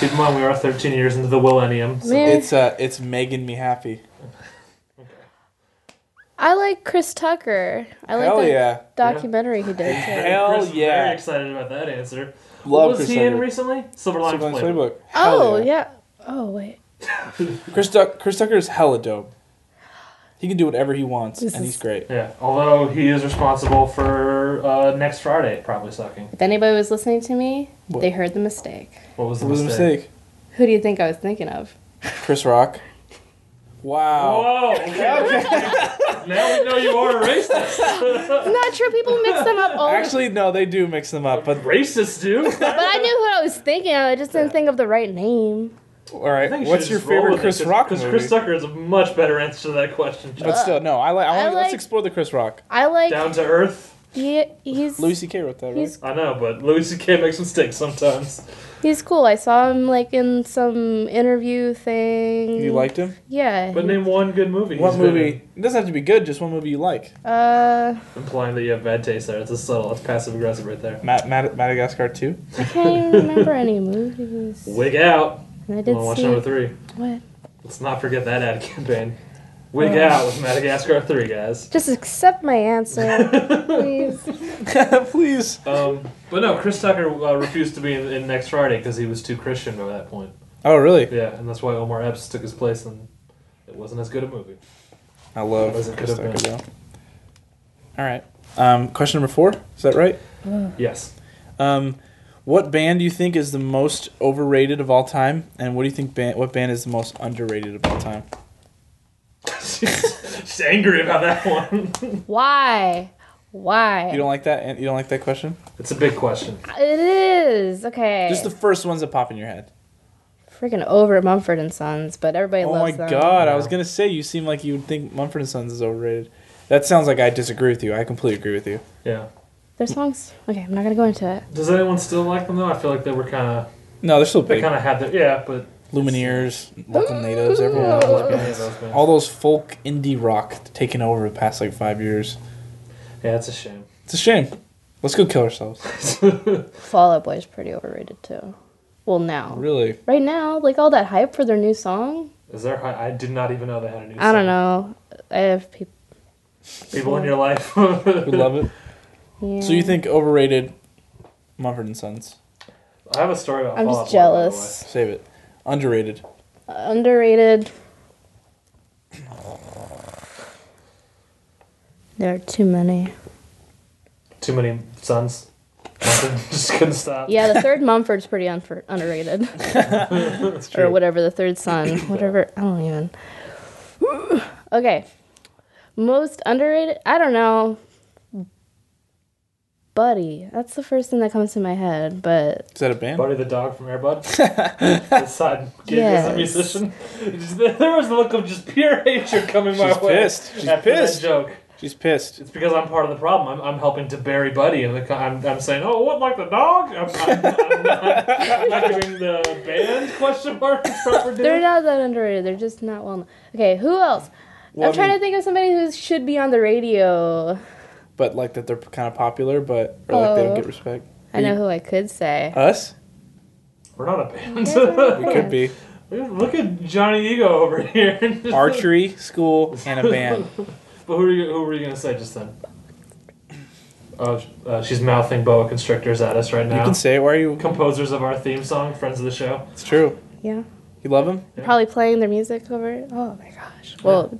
Keep in mind, we are 13 years into the millennium. So Meh. It's uh, it's making me happy. I like Chris Tucker. I like Hell that yeah. documentary he did. Too. Hell Chris is yeah. Very excited about that answer. Love what was Chris he in Tucker. recently? Silver Linings Superman's Playbook. Playbook. Hell Oh yeah. Oh wait. Chris, Duck, Chris Tucker is hella dope. He can do whatever he wants, This and is- he's great. Yeah, although he is responsible for uh, next Friday probably sucking. If anybody was listening to me, What? they heard the mistake. What was the What was a mistake? mistake? Who do you think I was thinking of? Chris Rock. Wow. Whoa! <laughs> Okay. now we know you are a racist. <laughs> I'm not sure people mix them up all the Actually, no, they do mix them up, but racist, dude. <laughs> But I knew who I was thinking of. I just didn't think of the right name. all right. What's your favorite Chris Rock Because movie? Chris Tucker is a much better answer to that question. but still, no. I like. I I want. like- Let's explore the Chris Rock. I like Down to earth. he, he's Louis C.K. wrote that, right? he's I know, but Louis C.K. makes mistakes sometimes. he's cool. I saw him like in some interview thing. You liked him? Yeah. But name one good movie. What he's been movie? It doesn't have to be good. Just one movie you like. Uh, in, Implying that you have bad taste there. It's a subtle. It's passive aggressive right there. Mad- Mad- Madagascar Two. <laughs> I can't even remember any movies. Wig out. And I did We'll watch see number three. what? Let's not forget that ad <laughs> campaign. Wig Uh. out with Madagascar three guys. Just accept my answer, please. <laughs> Please. Um, but no, Chris Tucker uh, refused to be in, in next Friday because he was too Christian by that point. Oh, really? Yeah, and that's why Omar Epps took his place, and it wasn't as good a movie. I love Wasn't Chris good of Tucker though. All right. Um, question number four. Is that right? Yes. Um, what band do you think is the most overrated of all time, and what do you think band? What band is the most underrated of all time? <laughs> She's angry about that one. Why? Why? Uh, You don't like that? And you don't like that question? It's a big question. it is okay. Just the first ones that pop in your head. freaking over at Mumford and Sons, but everybody oh my loves them. god! I was gonna say you seem like you would think Mumford and Sons is overrated. That sounds like I disagree with you. I completely agree with you. <laughs> Yeah. Their songs. Okay, I'm not gonna go into it. Does anyone still like them though? I feel like they were kind of No, they're still they big. kind of had their yeah, but Lumineers, local natives, everyone. I don't like All any of those bands. those folk indie rock taking over the past like five years. Yeah, it's a shame. <laughs> It's a shame. Let's go kill ourselves. Fall Out Boy's pretty overrated too. Well, now, Really? right now, like all that hype for their new song. Is there? hi- I did not even know they had a new. I song. don't know. I have people. People in your life. I <laughs> We love it. So you think overrated Mumford and Sons? have a story about. I'm Fall just Out Boy, by the way. jealous. Save it. Underrated. Underrated. There are too many. Too many sons. <laughs> just couldn't stop. Yeah, <laughs> the third Mumford's pretty unfor underrated. or whatever, the <clears throat> third son. Whatever, I don't even. okay. Most underrated? I don't know. Buddy. That's the first thing that comes to my head, but Is that a band? Buddy the dog from <laughs> Airbud. His side gig as Yes. a musician. <laughs> Just- There was a look of just pure hatred coming my She's way. pissed. She's after that pissed. joke. She's pissed. It's because I'm part of the problem. I'm, I'm helping to bury Buddy, and the, co- I'm, I'm saying, "Oh, what like the dog?" I'm, I'm, I'm, not, I'm not giving the band question mark its proper due. they're not that underrated. They're just not well known. Okay, who else? Well, I'm I trying mean- to think of somebody who should be on the radio. But like that they're kind of popular, but or like they don't Oh. get respect. I know who I could say. Us? We're not a band. <laughs> We could be. Look at Johnny Ego over here. <laughs> Archery, school, and a band. But who, are you, who were you going to say just then? Oh, uh, she's mouthing boa constrictors at us right You now. can say it. Why are you? Composers of our theme song, friends of the show. It's true. Yeah. You love him? Probably playing their music over it. Oh my gosh. Well,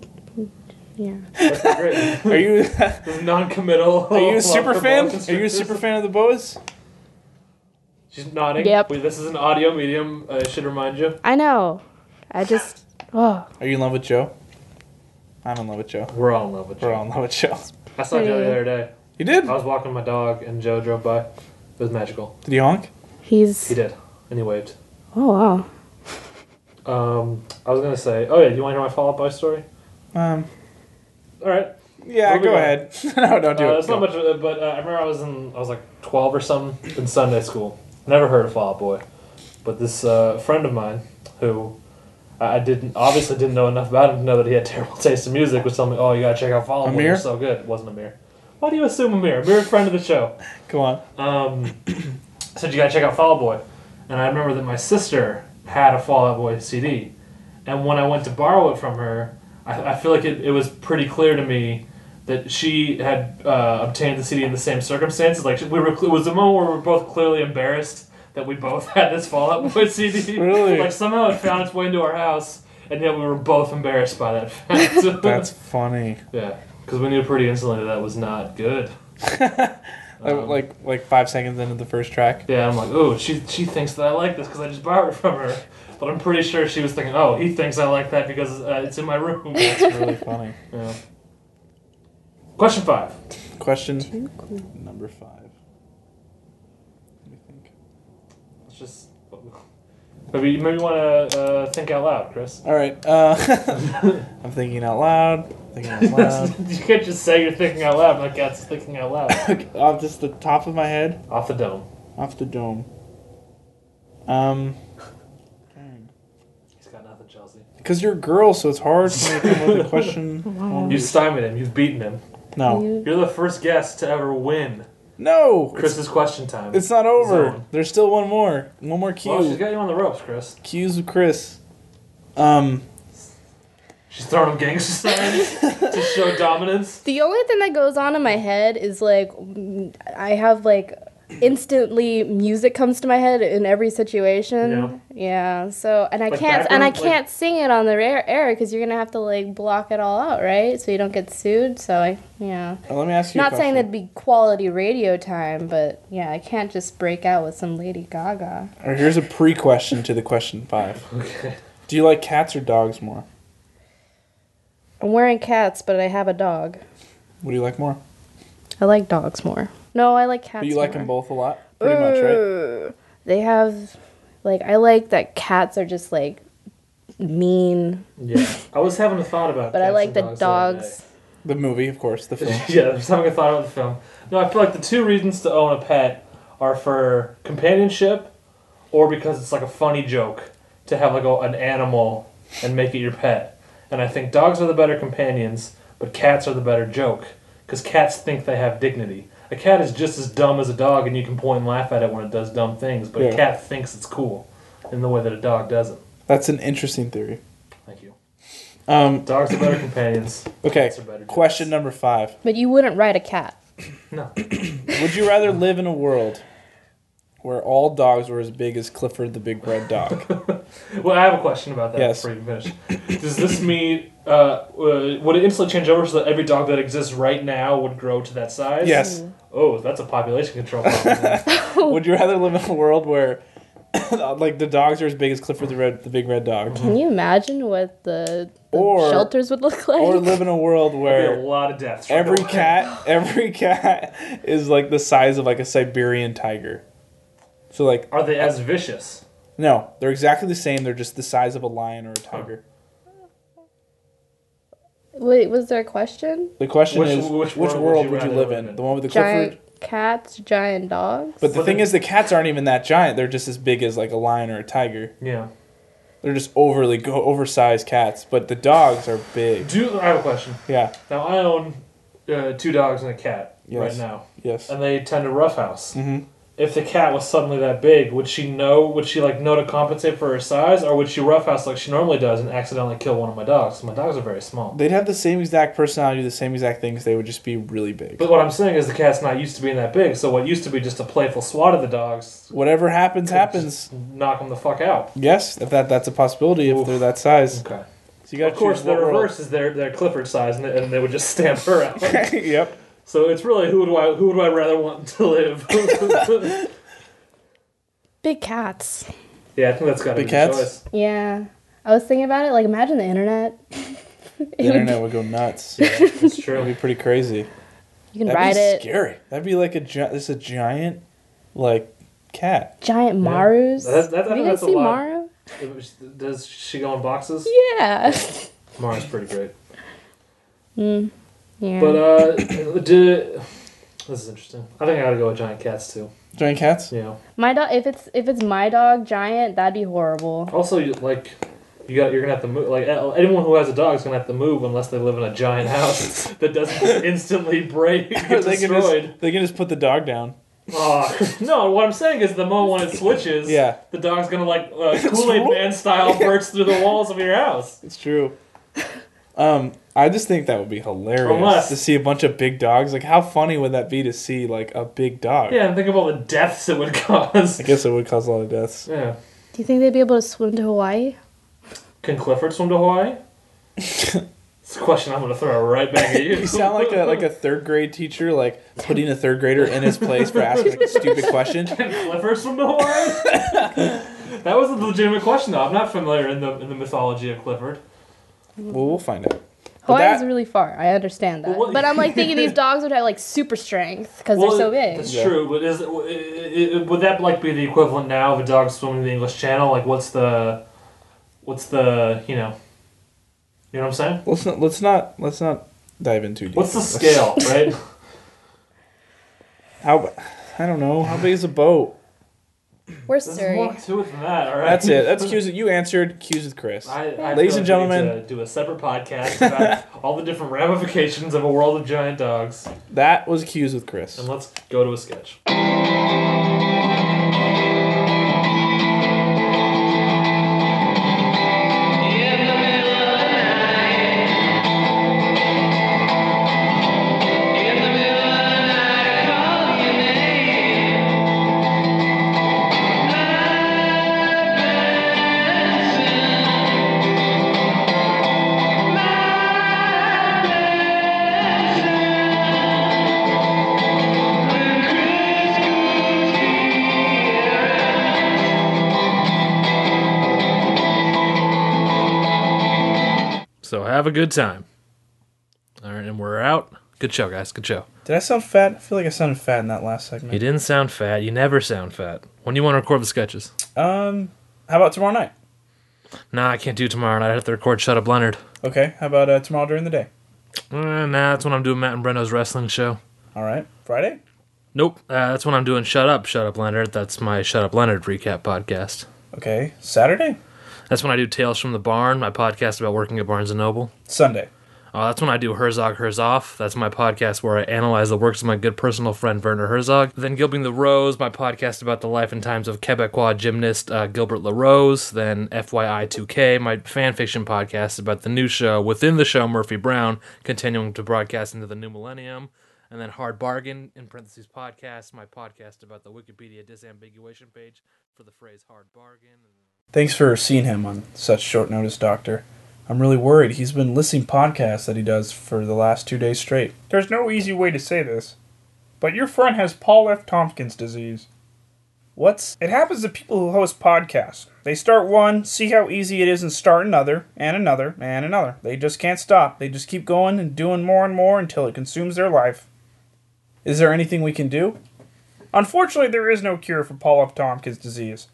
yeah. <laughs> That's great. Are you? <laughs> This non-committal. Are you a love <laughs> super for boa fan? Are you a constrictors. super fan of the Boas? She's nodding. Yep. We, this is an audio medium. I should remind you. I know. I just. Oh, Are you in love with Joe? I'm in love with Joe. We're all in love with We're Joe. all in love with Joe. <laughs> I saw Joe the other day. You did? I was walking my dog and Joe drove by. It was magical. Did he honk? he's. He did, and he waved. Oh wow. Um, I was gonna say, oh yeah, do you want to hear my follow-up by story? Um. All right. Yeah. Where we Go going? ahead. <laughs> no, don't do Uh, it. it's not much, of it, but uh, I remember I was in, I was like 12 or something in Sunday school. Never heard of Fall Out Boy, but this uh, friend of mine who I I didn't obviously didn't know enough about him to know that he had <laughs> terrible taste in music was telling me, "Oh, you gotta check out Fall Out Boy. Amir? It's so good." It wasn't Amir. Why do you assume Amir? Amir's friend of the show. Come on. <coughs> Um, said you gotta check out Fall Out Boy, and I remember that my sister had a Fallout Boy CD, and when I went to borrow it from her, I, I feel like it, it was pretty clear to me that she had uh, obtained the CD in the same circumstances. Like we were, it was the moment where we were both clearly embarrassed that we both <laughs> had this Fallout Boy CD. Really? <laughs> like somehow it found its way into our house, and yet we were both embarrassed by that fact. <laughs> <laughs> That's funny. yeah, because we knew pretty instantly that was not <laughs> good. Like- Uh, Um, like like five seconds into the first track. Yeah, I'm like, oh, she she thinks that I like this because I just borrowed it from her. But I'm pretty sure she was thinking, oh, he thinks I like that because uh, it's in my <laughs> room. <laughs> That's really funny. yeah. Question five. Question Number five. Let me think. Let's just maybe maybe you want to uh, think out loud, Chris. All right. Uh, I'm thinking out loud. <laughs> Thinking <laughs> out loud. <laughs> you can't just say you're thinking out loud. My cat's thinking out loud Okay, off just the top of my head, off the dome. off the dome. Um, He's got nothing, Chelsea. because you're a girl, so it's hard for me to come up with a question. <laughs> Wow. You've stymied him. You've beaten him. No, You- You're the first guest to ever win no, it's, Chris's question time. it's not over. Zone. There's still one more, one more Whoa, she's cue. got you on the ropes, Chris. Cues with Chris. Um, She's throwing him gangster signs to show dominance. The only thing that goes on in my head is like mm, I have like instantly music comes to my head in every situation. Yeah. so and I Like can't and I background, like- can't sing it on the air air because you're gonna have to like block it all out, right? So you don't get sued. So I yeah. let me ask you. a Not question. saying that'd be quality radio time, but yeah, I can't just break out with some Lady Gaga. All right, here's a pre-question to the question five. Okay. Do you like cats or dogs more? I'm wearing cats, but I have a dog. What do you like more? I like dogs more. No, I like cats. but you like more. them both a lot, pretty much, right? Ugh. They have, like, I like that cats are just like mean, Yeah, I was having a thought about. but I cats like and the dogs. other The movie, of course, the day. film. <laughs> yeah, I was having a thought about the film. No, I feel like the two reasons to own a pet are for companionship, or because it's like a funny joke to have like a, an animal and make it your pet. And I think dogs are the better companions, but cats are the better joke because cats think they have dignity. A cat is just as dumb as a dog, and you can point and laugh at it when it does dumb things. But Yeah. a cat thinks it's cool, in the way that a dog doesn't. That's an interesting theory. Thank you. Um, Dogs are <clears throat> better companions. okay, Cats are better question number five. But you wouldn't ride a cat. No. Would you <laughs> rather live in a world where all dogs were as big as Clifford the Big Red <laughs> Dog? Well, I have a question about that Yes. before you finish. Does this mean uh, uh, would it instantly change over so that every dog that exists right now would grow to that size? yes. Oh, that's a population control problem. Would you rather live in a world where <coughs> like the dogs are as big as Clifford the Red the Big <laughs> Red Dog? Can you imagine what the, the Or- shelters would look like? <laughs> Or live in a world There'd be where a lot of deaths. right every away. cat <laughs> every cat is like the size of like a Siberian tiger. So like Are they as vicious? no, they're exactly the same, they're just the size of a lion or a tiger. Wait, was there a question? The question Which- is which which, world world, would you would rather you live live in? in? The one with the Giant Clifford? cats, giant dogs. But the Well, thing then- is the cats aren't even that giant. They're just as big as like a lion or a tiger. Yeah. They're just overly go oversized cats, but the dogs are big. Do I have a question? Yeah. Now I own uh, two dogs and a cat Yes. right now, Yes. and they tend to roughhouse. Mhm. If the cat was suddenly that big, would she know? Would she like know to compensate for her size, or would she roughhouse like she normally does and accidentally kill one of my dogs? My dogs are very small. They'd have the same exact personality, the same exact things. They would just be really big. But what I'm saying is the cat's not used to being that big, so what used to be just a playful swat of the dogs, Whatever happens, happens. knock them the fuck out. Yes, if that that's a possibility, if Oof. they're that size. Okay. So you got Of course, the reverse is their their Clifford size, and they, and they would just stamp her out. <laughs> yep. so it's really who do I who do I rather want to live? <laughs> Big cats. yeah, I think that's got to be Big the cats? choice. Yeah. I was thinking about it. Like, imagine the internet. The <laughs> internet would go nuts. Yeah, it's true. <laughs> That'd be pretty crazy. You can That'd ride be it. scary. That'd be like a gi- this a giant like cat. Giant Marus. That's- that- I Have think you guys that's a seen lot. Maru? Does she go in boxes? <laughs> Yeah. Mara's pretty great. Mm. yeah. But uh, <coughs> do, this is interesting. I think I gotta go with giant cats too. Giant <laughs> cats? You know. My dog. If it's if it's my dog, Giant, that'd be horrible. Also, you- like, you got you're gonna have to move. Like, a- anyone who has a dog is gonna have to move unless they live in a <laughs> <laughs> giant house that doesn't instantly break, get they, can destroyed. just, they can just put the dog down. Uh, no, what I'm saying is the moment it switches, Yeah. the dog's gonna like <laughs> uh, Kool Aid Man style burst through the walls of your house. It's true. <laughs> Um, I just think that would be hilarious Unless- to see a bunch of big dogs. Like, how funny would that be to see like a big dog? Yeah, and think of all the deaths it would <laughs> cause. I guess it would cause a lot of deaths. Yeah. Do you think they'd be able to swim to Hawaii? Can Clifford swim to <laughs> Hawaii? It's a question I'm gonna throw right back at you. You sound like a like a third grade teacher, like putting a third grader in his place for asking like, a stupid <laughs> question. Can Clifford swim to Hawaii? <laughs> that was a legitimate question though. I'm not familiar in the in the mythology of Clifford. Well, we'll find out. Hawaii's that- really far. I understand that, Well, what- but I'm like thinking these dogs would have like super strength because they're so big. That's true, but is it, i i would that like be the equivalent now of a dog swimming the English Channel? Like, what's the, what's the you know, you know what I'm saying? Let's not let's not let's not dive in too deep. What's the <laughs> scale, right? How I don't know. How big is a boat? We're There's Surrey. more to it than that. All <laughs> right. That's it. That's cues. You answered cues with <laughs> Chris. I, I feel Ladies like and we need gentlemen. to do a separate podcast <laughs> about all the different ramifications of a world of giant dogs, That was cues with Chris. and let's go to a sketch. So have a good time. All right, and we're out. Good show, guys. Good show. Did I sound fat? I feel like I sounded fat in that last segment. You didn't sound fat. You never sound fat. When do you want to record the sketches? Um, how about tomorrow night? Nah, I can't do tomorrow night. I have to record Shut Up Leonard. Okay. How about uh, tomorrow during the day? Uh, nah, that's when I'm doing Matt and Brendo's wrestling show. All right. Friday. Nope, uh, that's when I'm doing Shut Up, Shut Up Leonard. That's my Shut Up Leonard recap podcast. Okay. Saturday. That's when I do Tales from the Barn, my podcast about working at Barnes & Noble. Sunday. Uh, that's when I do Herzog Herzoff. That's my podcast where I analyze the works of my good personal friend Werner Herzog. Then Gilbing the Rose, my podcast about the life and times of Quebecois gymnast uh, Gilbert LaRose. Then FYI2K, my fan fiction podcast about the new show within the show Murphy Brown, continuing to broadcast into the new millennium. And then Hard Bargain, in parentheses podcast, my podcast about the Wikipedia disambiguation page for the phrase hard bargain. Thanks for seeing him on such short notice, Doctor. I'm really worried. He's been listening podcasts that he does for the last two days straight. There's no easy way to say this, but your friend has Paul F. Tompkins disease. What's It happens to people who host podcasts. They start one, see how easy it is, and start another, and another, and another. They just can't stop. They just keep going and doing more and more until it consumes their life. Is there anything we can do? Unfortunately, there is no cure for Paul F. Tompkins disease.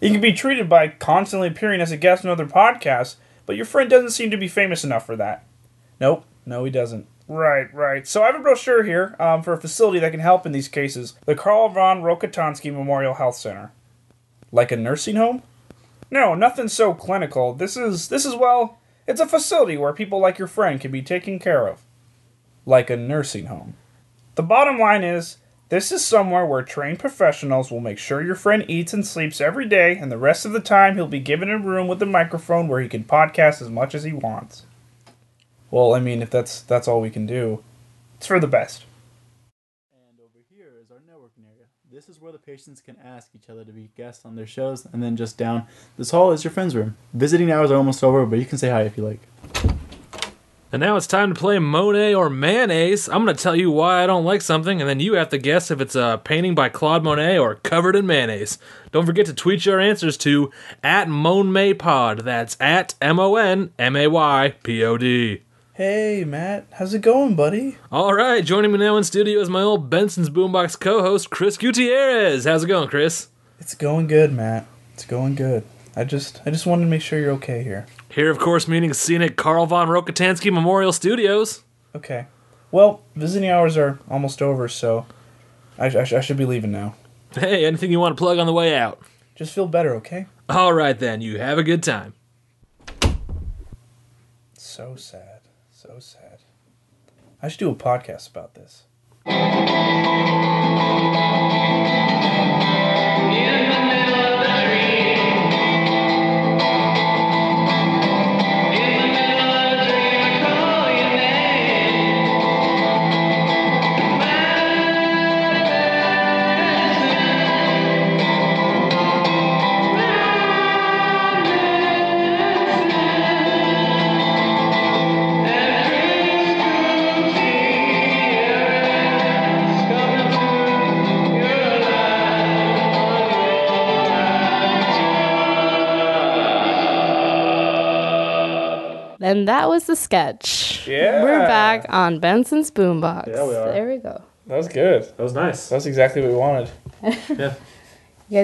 It can be treated by constantly appearing as a guest on other podcasts, but your friend doesn't seem to be famous enough for that. Nope. No, he doesn't. Right, right. So I have a brochure here um, for a facility that can help in these cases the Carl von Rokitansky Memorial Health Center. Like a nursing home? No, nothing so clinical. This is this is well, it's a facility where people like your friend can be taken care of. Like a nursing home. The bottom line is this is somewhere where trained professionals will make sure your friend eats and sleeps every day, and the rest of the time he'll be given a room with a microphone where he can podcast as much as he wants. Well, I mean, if that's that's all we can do. It's for the best. And over here is our networking area. This is where the patients can ask each other to be guests on their shows, and then just down this hall is your friend's room. Visiting hours are almost over, but you can say hi if you like. And now it's time to play Monet or Mayonnaise. I'm going to tell you why I don't like something, and then you have to guess if it's a painting by Claude Monet or covered in mayonnaise. Don't forget to tweet your answers to at MonMayPod. That's at M O N M A Y P O D. Hey, Matt, how's it going, buddy? All right, joining me now in studio is my old Benson's Boombox co host, Chris Gutierrez. How's it going, Chris? It's going good, Matt. It's going good. I just I just wanted to make sure you're okay here. Here, of course, meeting scenic Carl von Rokitansky Memorial Studios. Okay. Well, visiting hours are almost over, so I, sh- I, sh- I should be leaving now. Hey, anything you want to plug on the way out? Just feel better, okay? All right, then, you have a good time. So sad. So sad. I should do a podcast about this. And that was the sketch. Yeah. We're back on Benson's boombox. Yeah, we are. There we go. That was good. That was nice. That's exactly what we wanted. yeah. You guys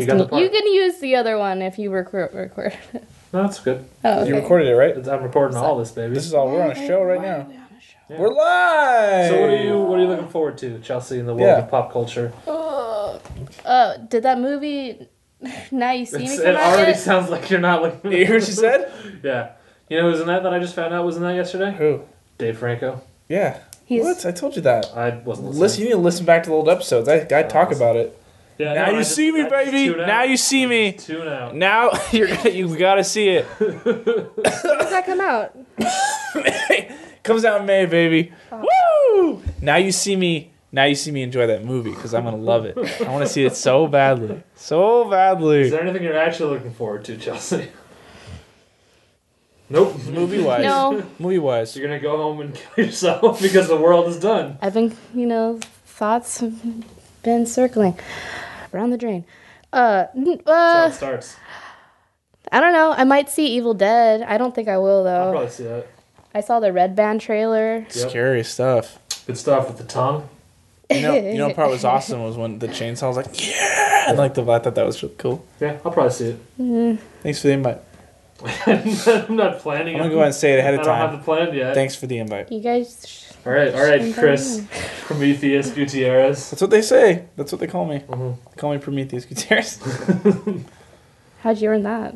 You got the can, part. you can use the other one if you record record. <laughs> it. No, that's good. Oh, okay. You recorded it, right? I'm recording all this, baby. This is all. We're on a show right now. We're So live. what are you what are you looking forward to, Chelsea, in the world Yeah. of pop culture? Oh, oh, did that movie <laughs> Now You See Me It's- come it out already yet? sounds like you're not looking. <laughs> You hear what she said? <laughs> yeah. You know who's in that that I just found out was in that yesterday? Who? Dave Franco. Yeah. what? I told you that. I wasn't listening. Listen, you need to listen back to the old episodes. I, I talk about it. Yeah, now no, you I just- see I me, just baby. tune out. Now you see me. Tune out. Now <laughs> you're gonna, you gotta see it. When does that <laughs> come out? Comes out in May, baby. Woo! Now you see me. Now you see me enjoy that movie because I'm gonna love it. I want to see it so badly, so badly. Is there anything you're actually looking forward to, Chelsea? <laughs> Nope. Movie wise. No. Movie <laughs> wise. You're gonna go home and <laughs> kill yourself because the world is done. I've been, you know, thoughts have been circling around the drain. Uh, n- That's how uh it starts. I don't know. I might see Evil Dead. I don't think I will Uh, I'll though. probably see that. I saw the Red Band trailer. Scary stuff. Good stuff with the tongue. You know, you know, what part was awesome was when the chainsaw was like, yeah, and like the I thought that was really cool. Yeah, I'll probably see it. <laughs> Mm. Thanks for the invite. I'm not planning. I'm gonna go ahead and say it ahead of I don't time. have the plan yet. Thanks for the invite. You guys. sh- All right, all shouldn't right, go Chris, in. <laughs> Prometheus, Gutierrez. That's what they say. That's what they call me. Mm-hmm. They call me Prometheus <laughs> <laughs> Gutierrez How'd you earn that?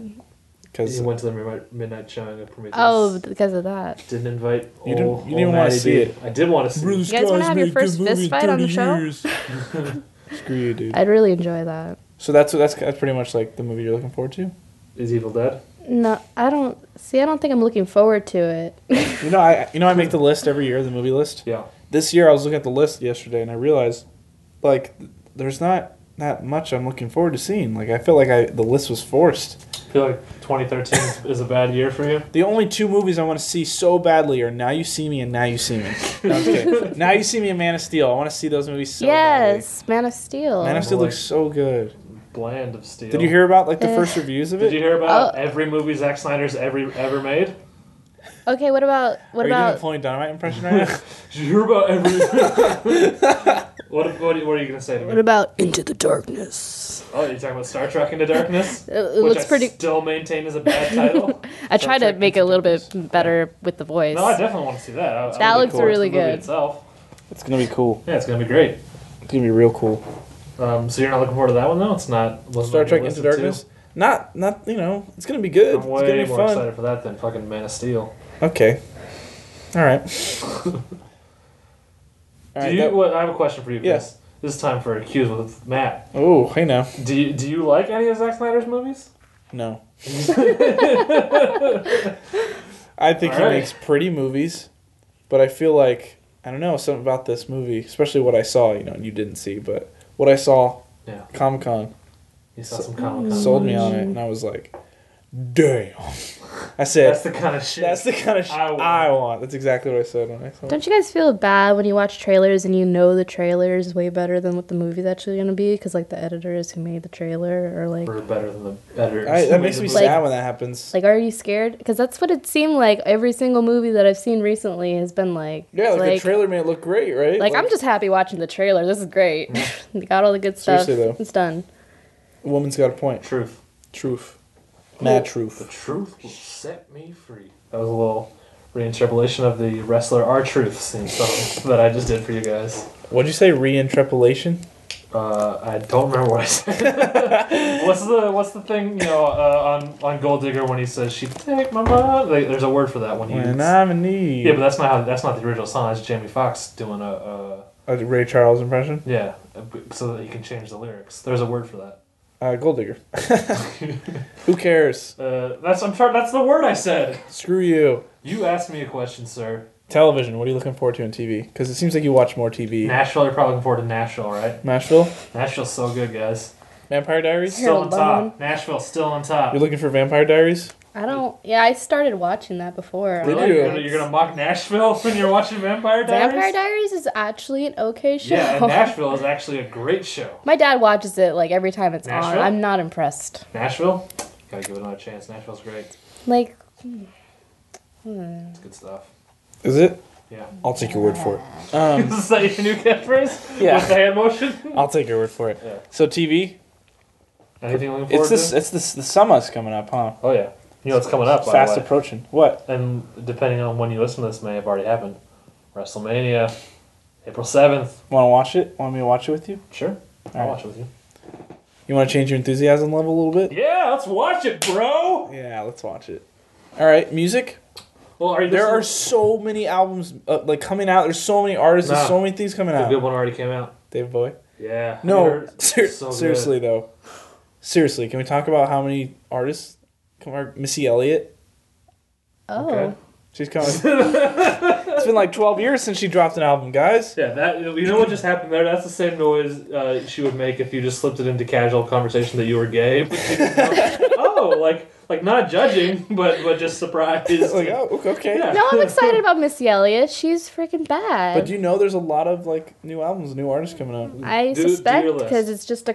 because He went to the midnight, midnight showing of Prometheus. Oh, because of that. Didn't invite. You didn't- ol- you didn't ol' wanna Matty see D. it. I did want to see. it. You guys want to have your first fist fight on the show? screw you, dude. I'd really enjoy that. So that's what that's that's pretty much like the movie you're looking forward to. Is Evil Dead? No, I don't. See, I don't think I'm looking forward to it. You know, I you know I make the list every year, the movie list. Yeah. This year I was looking at the list yesterday and I realized, like, th- there's not not much I'm looking forward to seeing. Like I feel like I the list was forced. I feel like 2013 is a bad year for you. The only two movies I want to see so badly are Now You See Me and Now You See Me. No, I'm kidding. now You See Me and Man of Steel. I want to see those movies so badly. yes, Man of Steel. Man of Steel looks so good. Bland of steel. Did you hear about like the Uh, first reviews of it? Did you hear about Oh. every movie Zack Snyder's every ever made? okay, what about what Are you doing a about? Napoleon Dynamite impression right now? Did you hear about <laughs> every? what, what are- what are you gonna say to What me? about Into the Darkness? Oh, you're talking about Star Trek Into Darkness, It, it which looks I pretty. still maintain is a bad <laughs> title. I try to make it a little bit better with the voice. No, I definitely want to see that. I, I That look looks forward to really the movie good. Itself. it's gonna be cool. Yeah, it's gonna be great. It's gonna be real cool. Um, so you're not looking forward to that one though? It's not wasn't Star on your Trek list Into of two? Darkness. Not, not you know, it's gonna be good. I'm It's way gonna be more fun. excited for that than fucking Man of Steel. Okay. All right. All Do right. you? that- what, I have a question for you. Chris. Yes. This is time for a Q's with Matt. oh, hey now. Do you do you like any of Zack Snyder's movies? No. I think he All right. makes pretty movies, but I feel like I don't know something about this movie, especially what I saw. You know, and you didn't see, but what I saw, Yeah. Comic Con You saw some comic con. Mm, sold me on it, and I was like, damn. I That's said. the kind of shit. That's the kind of shit I I want. want. That's exactly what I said when I saw it. Don't you guys feel bad when you watch trailers and you know the trailer is way better than what the movie's actually gonna be? Because like the editors who made the trailer or like We're better than the editor. I, that makes me Like- sad when that happens. like are you scared? Because that's what it seemed like every single movie that I've seen recently has been like. yeah, It's like, the trailer made it look great, right? Like, I'm just happy watching the trailer. This is great. <laughs> they got all the good stuff. Mm-hmm. Seriously, though. It's done. a woman's got a point. truth. Truth, mad The truth. truth will set me free. That was a little reinterpolation of the wrestler R Truth theme song <laughs> that I just did for you guys. What'd you say? Reinterpolation. Uh, I don't remember what I said. <laughs> what's the what's the thing you know uh, on on Gold Digger when he says she take my mom? Like, there's a word for that when he. When I'm in need. yeah, but that's not how, that's not the original song. That's Jamie Foxx doing a uh, A Ray Charles impression. yeah, a- so that you can change the lyrics. There's a word for that. Uh, gold <laughs> digger. <laughs> Who cares? Uh, that's I'm sure that's the word I said. Screw you. You asked me a question, sir. Television. What are you looking forward to on TV? Because it seems like you watch more TV. Nashville, you're probably looking forward to Nashville, right? Nashville. Nashville's so good, guys. Vampire Diaries. Still on Harold Baldwin. top. Nashville's still on top. You're looking for Vampire Diaries. I don't. Yeah, I started watching that before. on Really? You're Netflix. gonna, you're gonna mock Nashville when you're watching Vampire Diaries? Vampire Diaries is actually an okay show. Yeah, <laughs> and Nashville is actually a great show. My dad watches it like every time it's Nashville? on. I'm not impressed. Nashville? Gotta give it another chance. Nashville's great. Like, It's good stuff. Is it? Yeah. <laughs> I'll take your word for it. Is that your new catchphrase? Yeah. With the hand motion? <laughs> <laughs> I'll take your word for it. So TV. Anything looking It's forward this. to? It's this. The summer's coming up, huh? Oh yeah. You know it's coming up. by the Fast way. approaching. What? And depending on when you listen to this, may have already happened. WrestleMania, April seventh. Want to watch it? Want me to watch it with you? Sure. I'll All right. watch it with you. You want to change your enthusiasm level a little bit? Yeah, let's watch it, bro. Yeah, let's watch it. All right, music. Well, are you There are listening- so many albums uh, like coming out. There's so many artists. Nah. There's so many things coming the good out. one already came out. David Bowie. Yeah. No, They're <laughs> ser- so good. seriously though. Seriously, can we talk about how many artists come out? Missy Elliott. Oh. Okay. <laughs> She's coming. it's been like 12 years since she dropped an album, guys. Yeah, that you know what just happened there? That's the same noise uh, she would make if you just slipped it into casual conversation that you were gay. <laughs> But she didn't know. oh, like like not judging, but but just surprised. Like, oh, okay, okay. Yeah. <laughs> No, I'm excited about Missy Elliott. She's freaking bad. But do you know there's a lot of like new albums, new artists coming out? I do- do your suspect list. because it's just a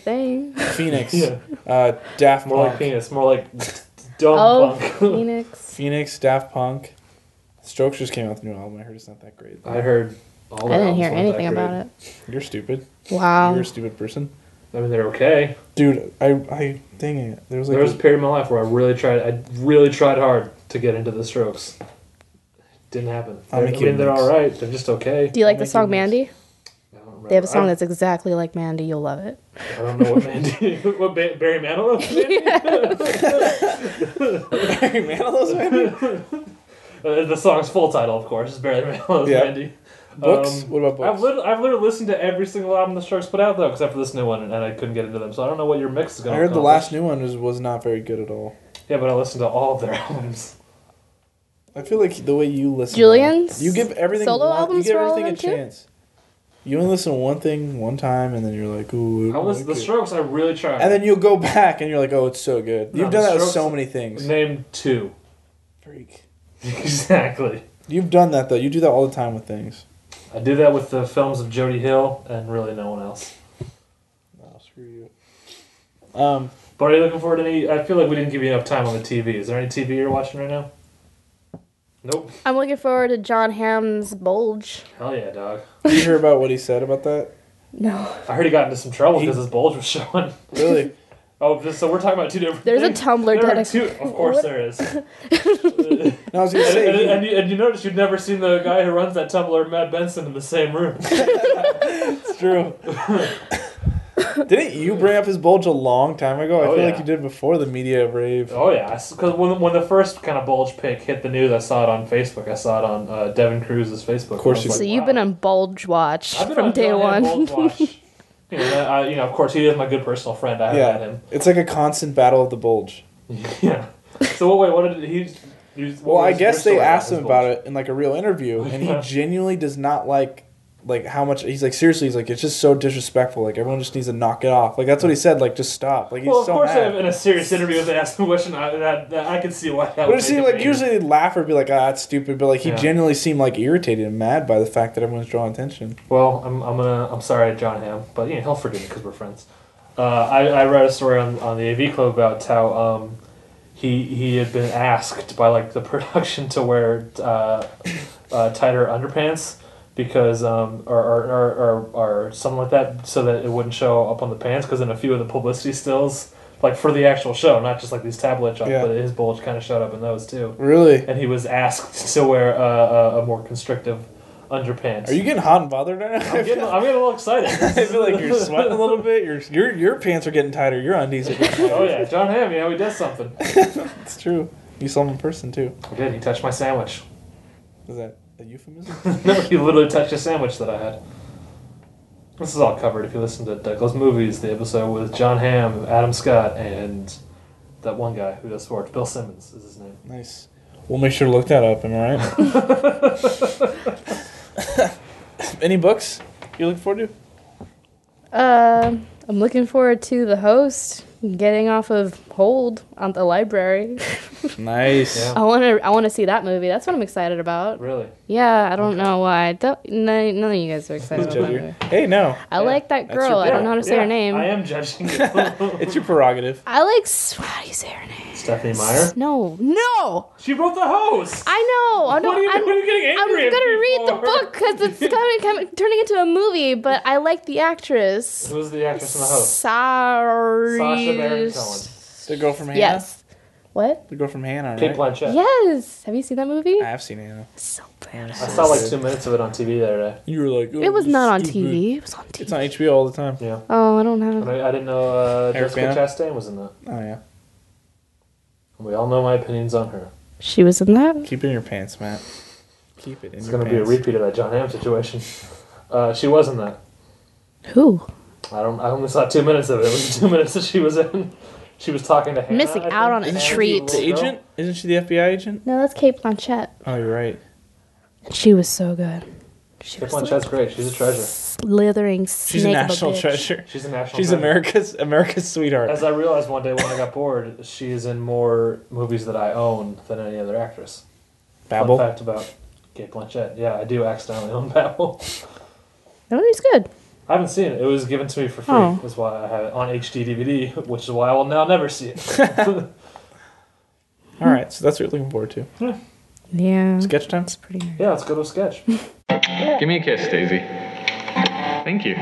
<laughs> thing. Phoenix, Yeah. uh, Daft More like Punk, penis, more like dumb Oh, punk. <laughs> Phoenix. Phoenix, Daft Punk. Strokes just came out with a new album. I heard it's not that great. I heard all. I didn't hear anything about it. You're stupid. Wow. You're a stupid person, I mean, they're okay. dude. I, I, dang it. There was like There was a a- period in my life where I really tried. I really tried hard to get into the Strokes. Didn't happen. I'll They're- I make you a mean, they're mix. all right. They're just okay. Do you like I'm the making song notes. I Mandy? don't They have a remember. song that's exactly like Mandy. You'll love it. I don't know what Mandy, <laughs> what ba- Barry Manilow. <laughs> Barry Manilow's <laughs> Mandy? Uh, the song's full title, of course, is <laughs> Barry Manilow's Yeah. Mandy. Books? Um, what about books? I've literally, I've literally listened to every single album the Strokes put out though, except for this new one, and I couldn't get into them. So I don't know what your mix is I going. heard the last new one was, was not very good at all. Yeah, but I listened to all of their <laughs> albums. I feel like the way you listen, Julian's you give everything solo one, albums you give were all everything a of them, too? chance. You only listen to one thing one time, and then you're like, ooh, I I don't listened like the it. Strokes. I really tried. <laughs> And then you'll go back, and you're like, oh, it's so good. No, You've done The that with Strokes- so many things. name two. <laughs> Freak. exactly. You've done that though. You do that all the time with things. I did that with the films of Jody Hill and really no one else. No, screw you. Um, But are you looking forward to any? I feel like we didn't give you enough time on the TV. Is there any TV you're watching right now? Nope. I'm looking forward to John Hamm's Bulge. Hell yeah, dog. did you hear about what he said about that? No. I heard he got into some trouble because his bulge was <laughs> showing. Really? Oh, just, so we're talking about two different. There's a things. Tumblr There are dedicated. two. Of course, What? there <laughs> is. and, No, I was gonna and, say. and you, and you notice you've never seen the guy who runs that Tumblr, Matt Benson, in the same room. It's true. <coughs> Didn't you bring up his bulge a long time ago? I Oh, feel yeah. like you did before the media <laughs> rave. oh yeah, because when, when the first kind of bulge pic hit the news, I saw it on Facebook. I saw it on uh, Devin Cruz's Facebook. Of course you So you've been on Bulge Watch from day one. <laughs> You know, I, you know, of course, he is my good personal friend. I haven't Yeah, it's like a constant battle of the bulge. had him. <laughs> Yeah. So what? Wait, what did he? he what Well, I was your guess story they asked his him bulge? about it in like a real interview, and he <laughs> Yeah. genuinely does not like like how much he's like seriously he's like it's just so disrespectful like everyone just needs to knock it off like that's what he said like just stop like he's Well, of so course, mad. I, in a serious interview, if they asked me a question, I, that, <laughs> that I can see why that. But would it seemed make like angry. usually they'd laugh or be like, ah, that's stupid. But like he Yeah. genuinely seemed like irritated and mad by the fact that everyone's drawing attention. Well, I'm, I'm gonna I'm sorry, John Hamm, but you know he'll forgive me because we're friends. Uh, I, I read a story on, on the AV Club about how um, he he had been asked by like the <laughs> production to wear uh, uh, tighter underpants because um, or, or, or, or or something like that so that it wouldn't show up on the pants because in a few of the publicity stills like for the actual show not just like these tabloid shots Yeah. but his bulge kind of showed up in those too Really? and he was asked to wear uh, a, a more constrictive underpants Are you getting hot and bothered <laughs> right now? I'm getting, I'm getting a little excited. <laughs> I feel like you're sweating a little bit. Your your your pants are getting tighter. Your undies <laughs> are <laughs> getting oh tighter. yeah, John Hamm. Yeah, he does something. It's true. You saw him in person too. He did. He touched my sandwich. Is that a euphemism? No, <laughs> he literally touched a sandwich that I had. This is all covered if you listen to Douglas Movies, the episode with John Hamm, Adam Scott, and that one guy who does sports, Bill Simmons is his name. nice. We'll make sure to look that up. Am I right? <laughs> Any books you look forward to? Uh, Um, I'm looking forward to the host getting off of hold on <laughs> the library. Nice. Oh. I want to. I want to see that movie. That's what I'm excited about. Really? Yeah, I don't know why. Don't, none, none of you guys are excited about that movie. Hey, no. I like that girl. I don't know how to say her name. I am judging <laughs> <laughs> it's your prerogative. I like. s- How do you say her name? Stephanie Meyer. No, no. She wrote the host. I know. I know. What are you- I'm, what are you getting angry I'm at gonna me read the for? book <laughs> because it's coming, coming, turning into a movie. But I like the actress. Who's the actress and the host? Sorry. Sasha Baron Cohen. The girl from Hannah. Yes. What? The girl from Hannah. Kate right? Blanchett. Yes. Have you seen that movie? I've seen Hannah. So bad. I saw like two minutes of it on TV the other day. You were like, oh, It was not on stupid. TV. It was on TV. It's on HBO all the time. Yeah. Oh, I don't have. But I, I didn't know uh, Eric Jessica Bana? Chastain was in that. Oh yeah. We all know my opinions on her. She was in that. Keep it in your pants, Matt. Keep it in It's your going to be a pants. repeat of that John Hamm situation. <laughs> Uh, she was in that. Who? I don't. I only saw two minutes of it. It was the two <laughs> minutes that she was in. She was talking to Hannah. Missing I out think. on a And she treat. was the a little girl. agent? Isn't she the FBI agent? No, that's Kate Blanchett. Oh, you're right. She was so good. She Kate was like Blanchett's great. She's a treasure. slithering snake. She's a of national bitch. treasure. She's a national. She's treasure. America's America's sweetheart. As I realized one day when I got bored, she is in more movies that I own than any other actress. Fun Babel. fact about Kate Blanchett. Yeah, I do accidentally own <laughs> Babel. That movie's good. I haven't seen it. It was given to me for free. Oh. That's why I have it on HD DVD, which is why I will now never see it. <laughs> All right, so that's what you're looking forward to. Yeah. Sketch time. It's pretty nice. yeah, let's go to a sketch. Give me a kiss, Daisy. Thank you.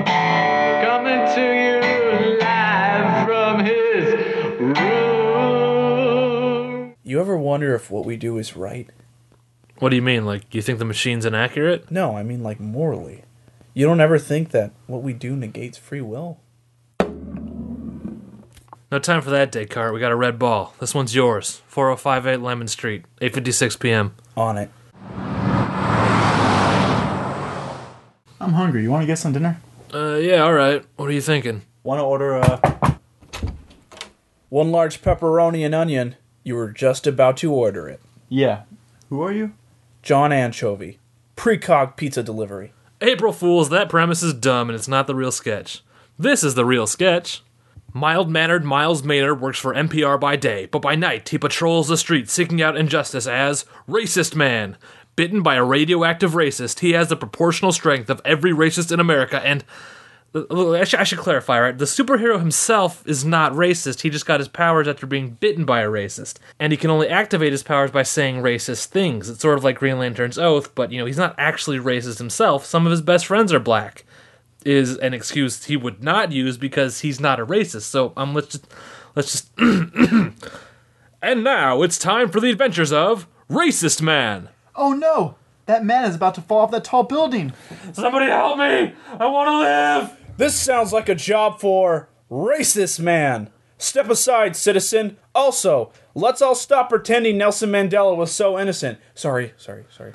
Coming to you live from his room. You ever wonder if what we do is right? What do you mean? Like, you think the machine's inaccurate? No, I mean like morally. You don't ever think that what we do negates free will. No time for that, Descartes. We got a red ball. This one's yours. 4058 Lemon Street, 856 p.m. On it. I'm hungry. You want to get some dinner? Uh, yeah, all right. What are you thinking? Want to order a One large pepperoni and onion. You were just about to order it. yeah? Who are you? John Anchovy. Precog pizza delivery. April Fools, that premise is dumb and it's not the real sketch. This is the real sketch. Mild mannered Miles Maynard works for NPR by day, but by night he patrols the streets seeking out injustice as Racist Man. Bitten by a radioactive racist, he has the proportional strength of every racist in America and. Uh, I should, I should clarify, right? The superhero himself is not racist. He just got his powers after being bitten by a racist. And he can only activate his powers by saying racist things. It's sort of like Green Lantern's Oath, but, you know, he's not actually racist himself. Some of his best friends are black, is an excuse he would not use because he's not a racist. So, um, let's just. Let's just. <coughs> and now it's time for the adventures of Racist Man. Oh no! That man is about to fall off that tall building. Somebody help me! I want to live! This sounds like a job for racist man. Step aside, citizen. Also, let's all stop pretending Nelson Mandela was so innocent. Sorry, sorry, sorry.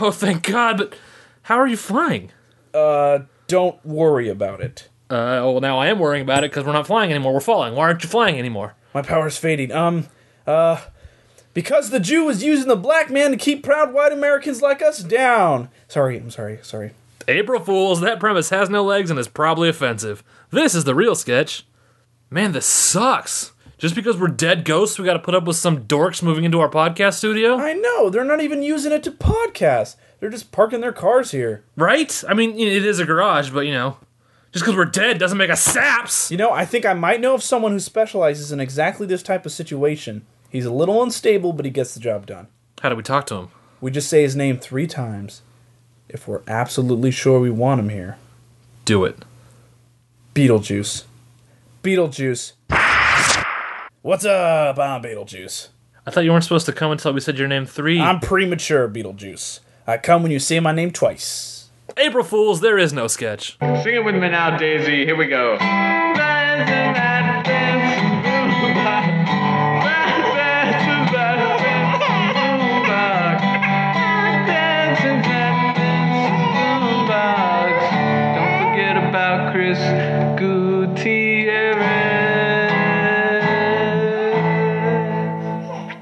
Oh, thank God, but how are you flying? Uh, don't worry about it. Uh, well, now I am worrying about it because we're not flying anymore. We're falling. Why aren't you flying anymore? My power's fading. Um, uh, because the Jew is using the black man to keep proud white Americans like us down. Sorry, I'm sorry, sorry. April Fools, that premise has no legs and is probably offensive. This is the real sketch. Man, this sucks. Just because we're dead ghosts, we gotta put up with some dorks moving into our podcast studio? I know, they're not even using it to podcast. They're just parking their cars here. Right? I mean, it is a garage, but you know. Just because we're dead doesn't make us saps! You know, I think I might know of someone who specializes in exactly this type of situation. He's a little unstable, but he gets the job done. How do we talk to him? We just say his name three times if we're absolutely sure we want him here. Do it. Beetlejuice. Beetlejuice. What's up? I'm Beetlejuice. I thought you weren't supposed to come until we said your name 3 I'm premature, Beetlejuice. I come when you say my name twice. April Fools, there is no sketch. Sing it with me now, Daisy. Here we go. Chris Gutierrez.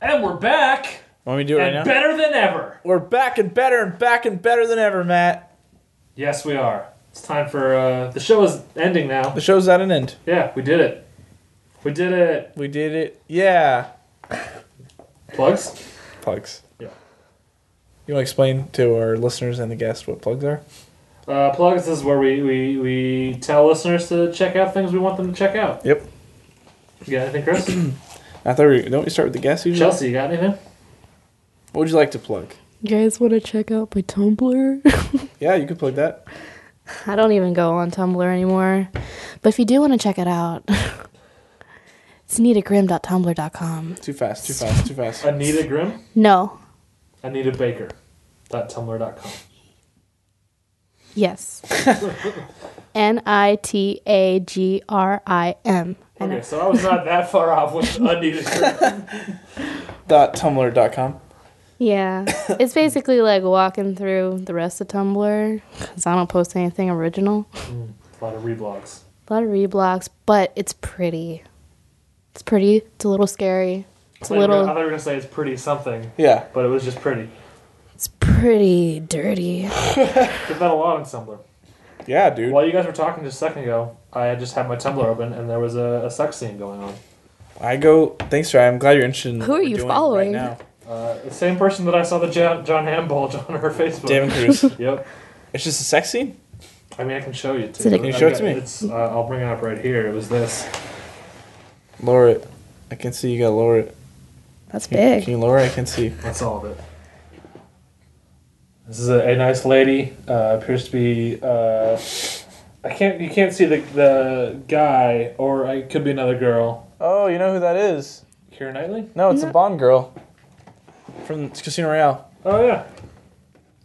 And we're back. Want me to do it And right now? better than ever. We're back and better and back and better than ever, Matt. Yes, we are. It's time for uh, the show is ending now. The show's at an end. Yeah, we did it. We did it. We did it. Yeah. Plugs. Plugs. Yeah. You want to explain to our listeners and the guests what plugs are? Uh, plugs is where we, we we tell listeners to check out things we want them to check out. Yep. You got anything, Chris? I thought we don't we start with the guests usually. Chelsea, you got anything? What would you like to plug? You guys want to check out my Tumblr? Yeah, you could plug that. <laughs> I don't even go on Tumblr anymore. But if you do want to check it out, <laughs> it's needagrim.tumblr.com. Too fast, too fast, too fast. Anita Grimm. No. Anita Baker. Dot tumblr.com. <laughs> Yes. N I T A G R I M. Okay, so I was not that far off <laughs> with Anita Grimm. Dot tumblr dot com. <coughs> Yeah. it's basically like walking through the rest of Tumblr because I don't post anything original. A lot of reblogs. A lot of reblogs, but it's pretty. It's pretty. It's a little scary. It's a I thought you were gonna- I little. uh, thought you were gonna say it's pretty something. Yeah. But it was just pretty. It's pretty dirty. Did that a lot on Tumblr. Yeah, dude. While you guys were talking just a second ago, I had just had my Tumblr open and there was a, a sex scene going on. I go thanks, Ryan. I'm glad you're interested in Who are you following? now. Uh, the same person that I saw the John, John Hamm bulge <laughs> on her Facebook. <laughs> Damon Cruz. Yep. It's just a sex scene? I mean, I can show you too. Can you show it to me? It's, uh, I'll bring it up right here. It was this. Lower it. I can see you gotta lower it. That's Can- big. Can you lower it? I can see. That's all of it. This is a, a nice lady. Uh, appears to be. Uh, I can't. You can't see the the guy, or it could be another girl. Oh, you know who that is? Kira Knightley. No, it's a Bond girl. From Casino Royale. Oh yeah.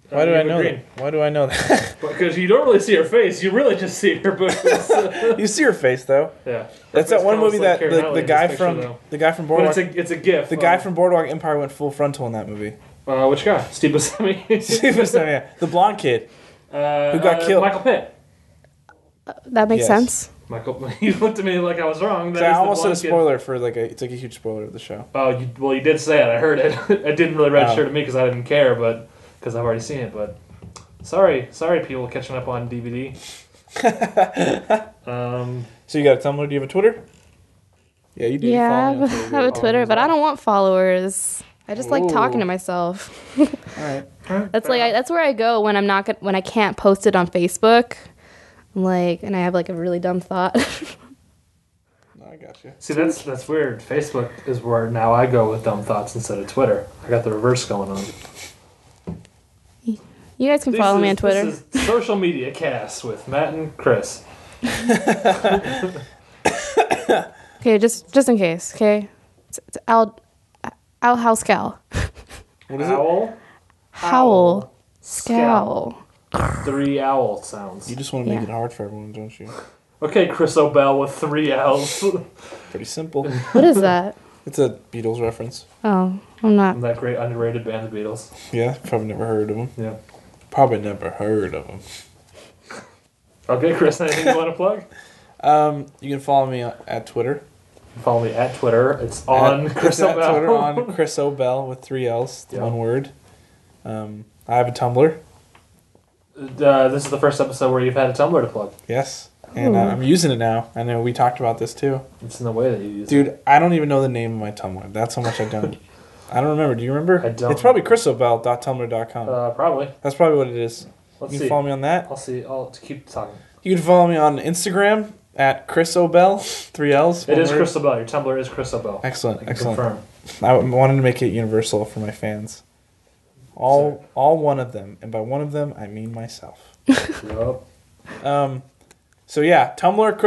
Why do Eva I know Green. that? Why do I know <laughs> that? Because you don't really see her face. You really just see her <laughs> boobs. yeah. you see her face though. Her face That's that one kinda looks movie like that Keira the, Knightley the in this guy picture, from though. the guy from But Boardwalk it's a it's a gif. the guy of- from Boardwalk Empire went full frontal in that movie. <laughs> uh, which guy? Steve Buscemi. Steve Buscemi, yeah. the blonde kid. Uh, Who got uh, killed? Michael Pitt. That makes Yes. sense. Michael, <laughs> you looked at me like I was wrong. That So I is the almost said a blonde kid. spoiler for like a it's like a huge spoiler of the show. Oh, you, well, you did say it. I heard it. <laughs> it didn't really register Oh. to me because I didn't care, but because I've already seen it. But sorry, sorry, people catching up on DVD. um, So you got a Tumblr? Do you have a Twitter? Yeah, you do. You Yeah, <laughs> follow I me have a Twitter, but I don't want followers. I just like talking Ooh. to myself. <laughs> on- All right. That's like I, that's where I go when I'm not gonna, when I can't post it on Facebook. I'm like, and I have like a really dumb thought. <laughs> No, Oh, I got you. see, that's that's weird. Facebook is where now I go with dumb thoughts instead of Twitter. I got the reverse going on. you guys can This follow me is- on Twitter. This is social media cast with Matt and Chris. <laughs> Okay, just just in case. Okay, it's, it's Al Al <laughs> Housecow. What is it? Owl, Howl Scowl. three owl sounds. You just want to make Yeah. it hard for everyone, don't you? Okay, Chris O'Bell with three owls. Pretty <laughs> simple. What is that? <laughs> It's a Beatles reference. Oh, I'm <laughs> not. that great underrated band, the Beatles. Yeah, probably never heard of them. Yeah. Probably never heard of them. Okay, Chris, <laughs> anything you want to plug? Um, you can follow me at Twitter. Follow me at Twitter. It's on <laughs> At- Chris it's <laughs> at O'Bell. Twitter on Chris O'Bell with three L's, the Yeah. one word. Um, I have a Tumblr. Uh, this is the first episode where you've had a Tumblr to plug. Yes, and uh, I'm using it now. I know we talked about this too, It's in the way that you use it. dude. I don't even know the name of my Tumblr. That's how much I <laughs> don't. I don't remember. Do you remember? I don't. It's probably chrisobel.tumblr.com. Uh, probably. That's probably what it is. Let's you can see. follow me on that. I'll see. I'll keep talking. You can follow me on Instagram at chrisobel, three L's. It one is word. Chris O'Bell. Your Tumblr is Chris O'Bell. I Excellent, can excellent. Confirm. I wanted to make it universal for my fans. All, all one of them, and by one of them, I mean myself. Yup. Um, so yeah, Tumblr,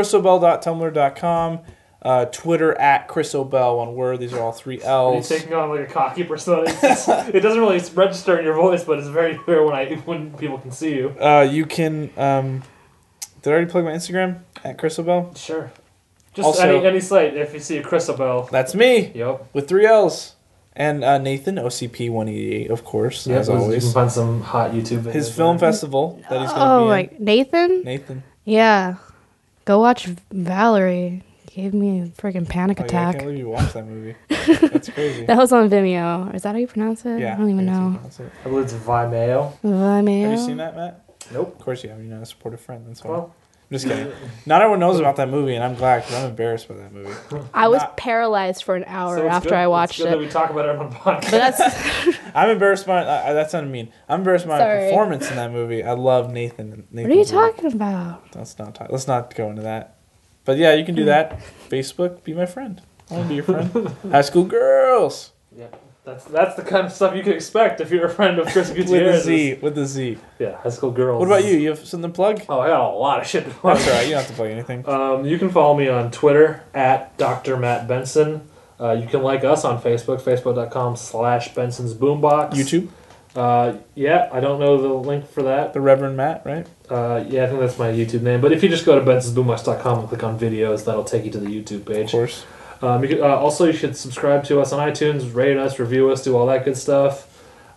chrisobel.tumblr.com, uh, Twitter at chrisobel, one word. These are all three Are you L's. taking on like a cocky persona? It's just- it doesn't really register in your voice, but it's very clear when I when people can see you. Uh, you can. Um, did I already plug my Instagram at chrisobel? Sure. Just Also- any any site if you see a Chris O'Bell. That's me Yup. with three L's. And uh, Nathan OCP one eighty eight, of course, as You can always. find some hot YouTube. His videos film there. festival that he's going to Oh be my in. Nathan. Nathan. Yeah. Go watch Valerie. Gave me a freaking panic Oh, yeah, I attack. can't believe you watched that <laughs> movie. That's crazy. that was on Vimeo. Is that how you pronounce it? Yeah, I don't even that's how you know. pronounce it. I believe it's Vimeo. Vimeo. Have you seen that, Matt? Nope. Of course you haven't. You're not a supportive friend. That's why. Well. I'm just kidding. Not everyone knows about that movie, and I'm glad because I'm embarrassed by that movie. I was paralyzed for an hour So it's after good- I it's watched good that we it. talk about it on the podcast. <laughs> But that's I'm embarrassed by. I, I- that's not mean. I'm embarrassed by my Sorry. performance in that movie. I love Nathan. Nathan what are you talking about? Let's not talk. Let's not go into that. But yeah, you can Mm. do that. Facebook, be my friend. I want to be your friend. High school girls That's that's the kind of stuff you can expect if you're a friend of Chris <laughs> with a Gutierrez. Z. With a Z. Yeah, high school girls. What about you? You have something to plug? Oh, Oh, I got a lot of shit to plug. That's <laughs> all right. You don't have to plug anything. Um, you can follow me on Twitter at Dr. Matt Benson. Uh, you can like us on Facebook, facebook.com slash Benson's Boombox. YouTube. Uh, yeah, I don't know the link for that. The Reverend Matt, right? Uh, yeah, I think that's my YouTube name. But if you just go to bensonsboombox.com and click on videos, that'll take you to the YouTube Of page. course. Um, you could, uh, also, you should subscribe to us on iTunes, rate us, review us, do all that good stuff.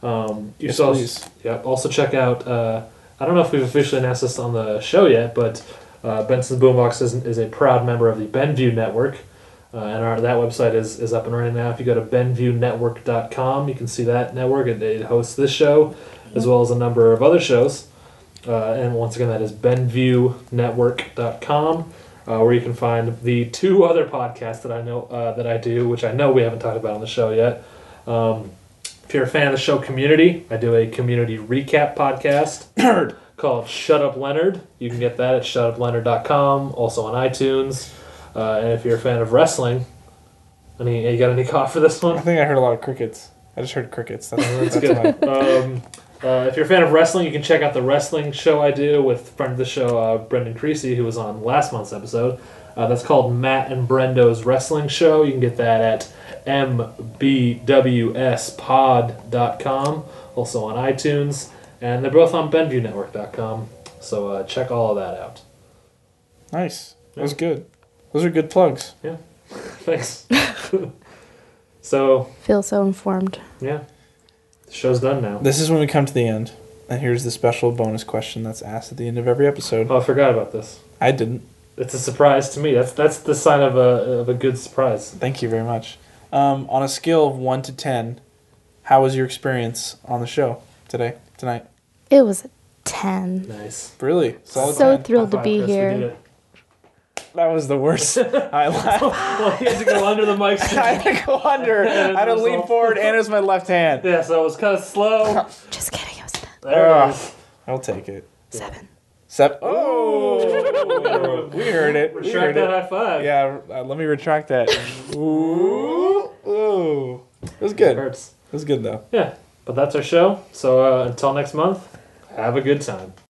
Um, you Yes, should also- please. yeah, also check out. Uh, I don't know if we've officially announced this on the show yet, but uh, Benson Boombox is, is a proud member of the Benview Network, uh, and our, that website is, is up and running now. If you go to BenviewNetwork.com, you can see that network, and it hosts this show as well as a number of other shows. Uh, and once again, that is BenviewNetwork.com, uh, where you can find the two other podcasts that I know uh, that I do, which I know we haven't talked about on the show yet. Um, if you're a fan of the show Community, I do a community recap podcast called Shut Up Leonard. You can get that at shutupleonard.com, also on iTunes. Uh, and if you're a fan of wrestling, any you got any cough for this one? I think I heard a lot of crickets. I just heard crickets. That's, That's <laughs> that's, good. my- um, uh, if you're a fan of wrestling, you can check out the wrestling show I do with friend of the show uh, Brendan Creasy, who was on last month's episode. Uh, that's called Matt and Brendo's Wrestling Show. You can get that at mbwspod.com, also on iTunes, and they're both on BenviewNetwork.com. So uh, check all of that out. <laughs> Nice. That was good. Those are good plugs. Thanks. <laughs> so Feel so informed. yeah, the show's done now. This is when we come to the end. And here's the special bonus question that's asked at the end of every episode. Oh, I forgot about this. I didn't. It's a surprise to me. That's that's the sign of a of a good surprise. Thank you very much. Um, on a scale of 1 to 10, how was your experience on the show today, tonight? It was a 10. Nice. Really? Solid so 10. thrilled to be here. That was the worst. I laughed. Well, he had to go <laughs> under the mic. <laughs> I <laughs> had to go under. I had to lean forward, and it was my left hand. Yeah, so it was kind of <laughs> slow. Just kidding. It was a 10. There it is. I'll take it. 7. Sep- oh! we heard it. We Retract heard it. that high five. Yeah, uh, let me retract that. Ooh, ooh. It was good. It It hurts. was good though. Yeah, but that's our show. So uh, until next month, have a good time.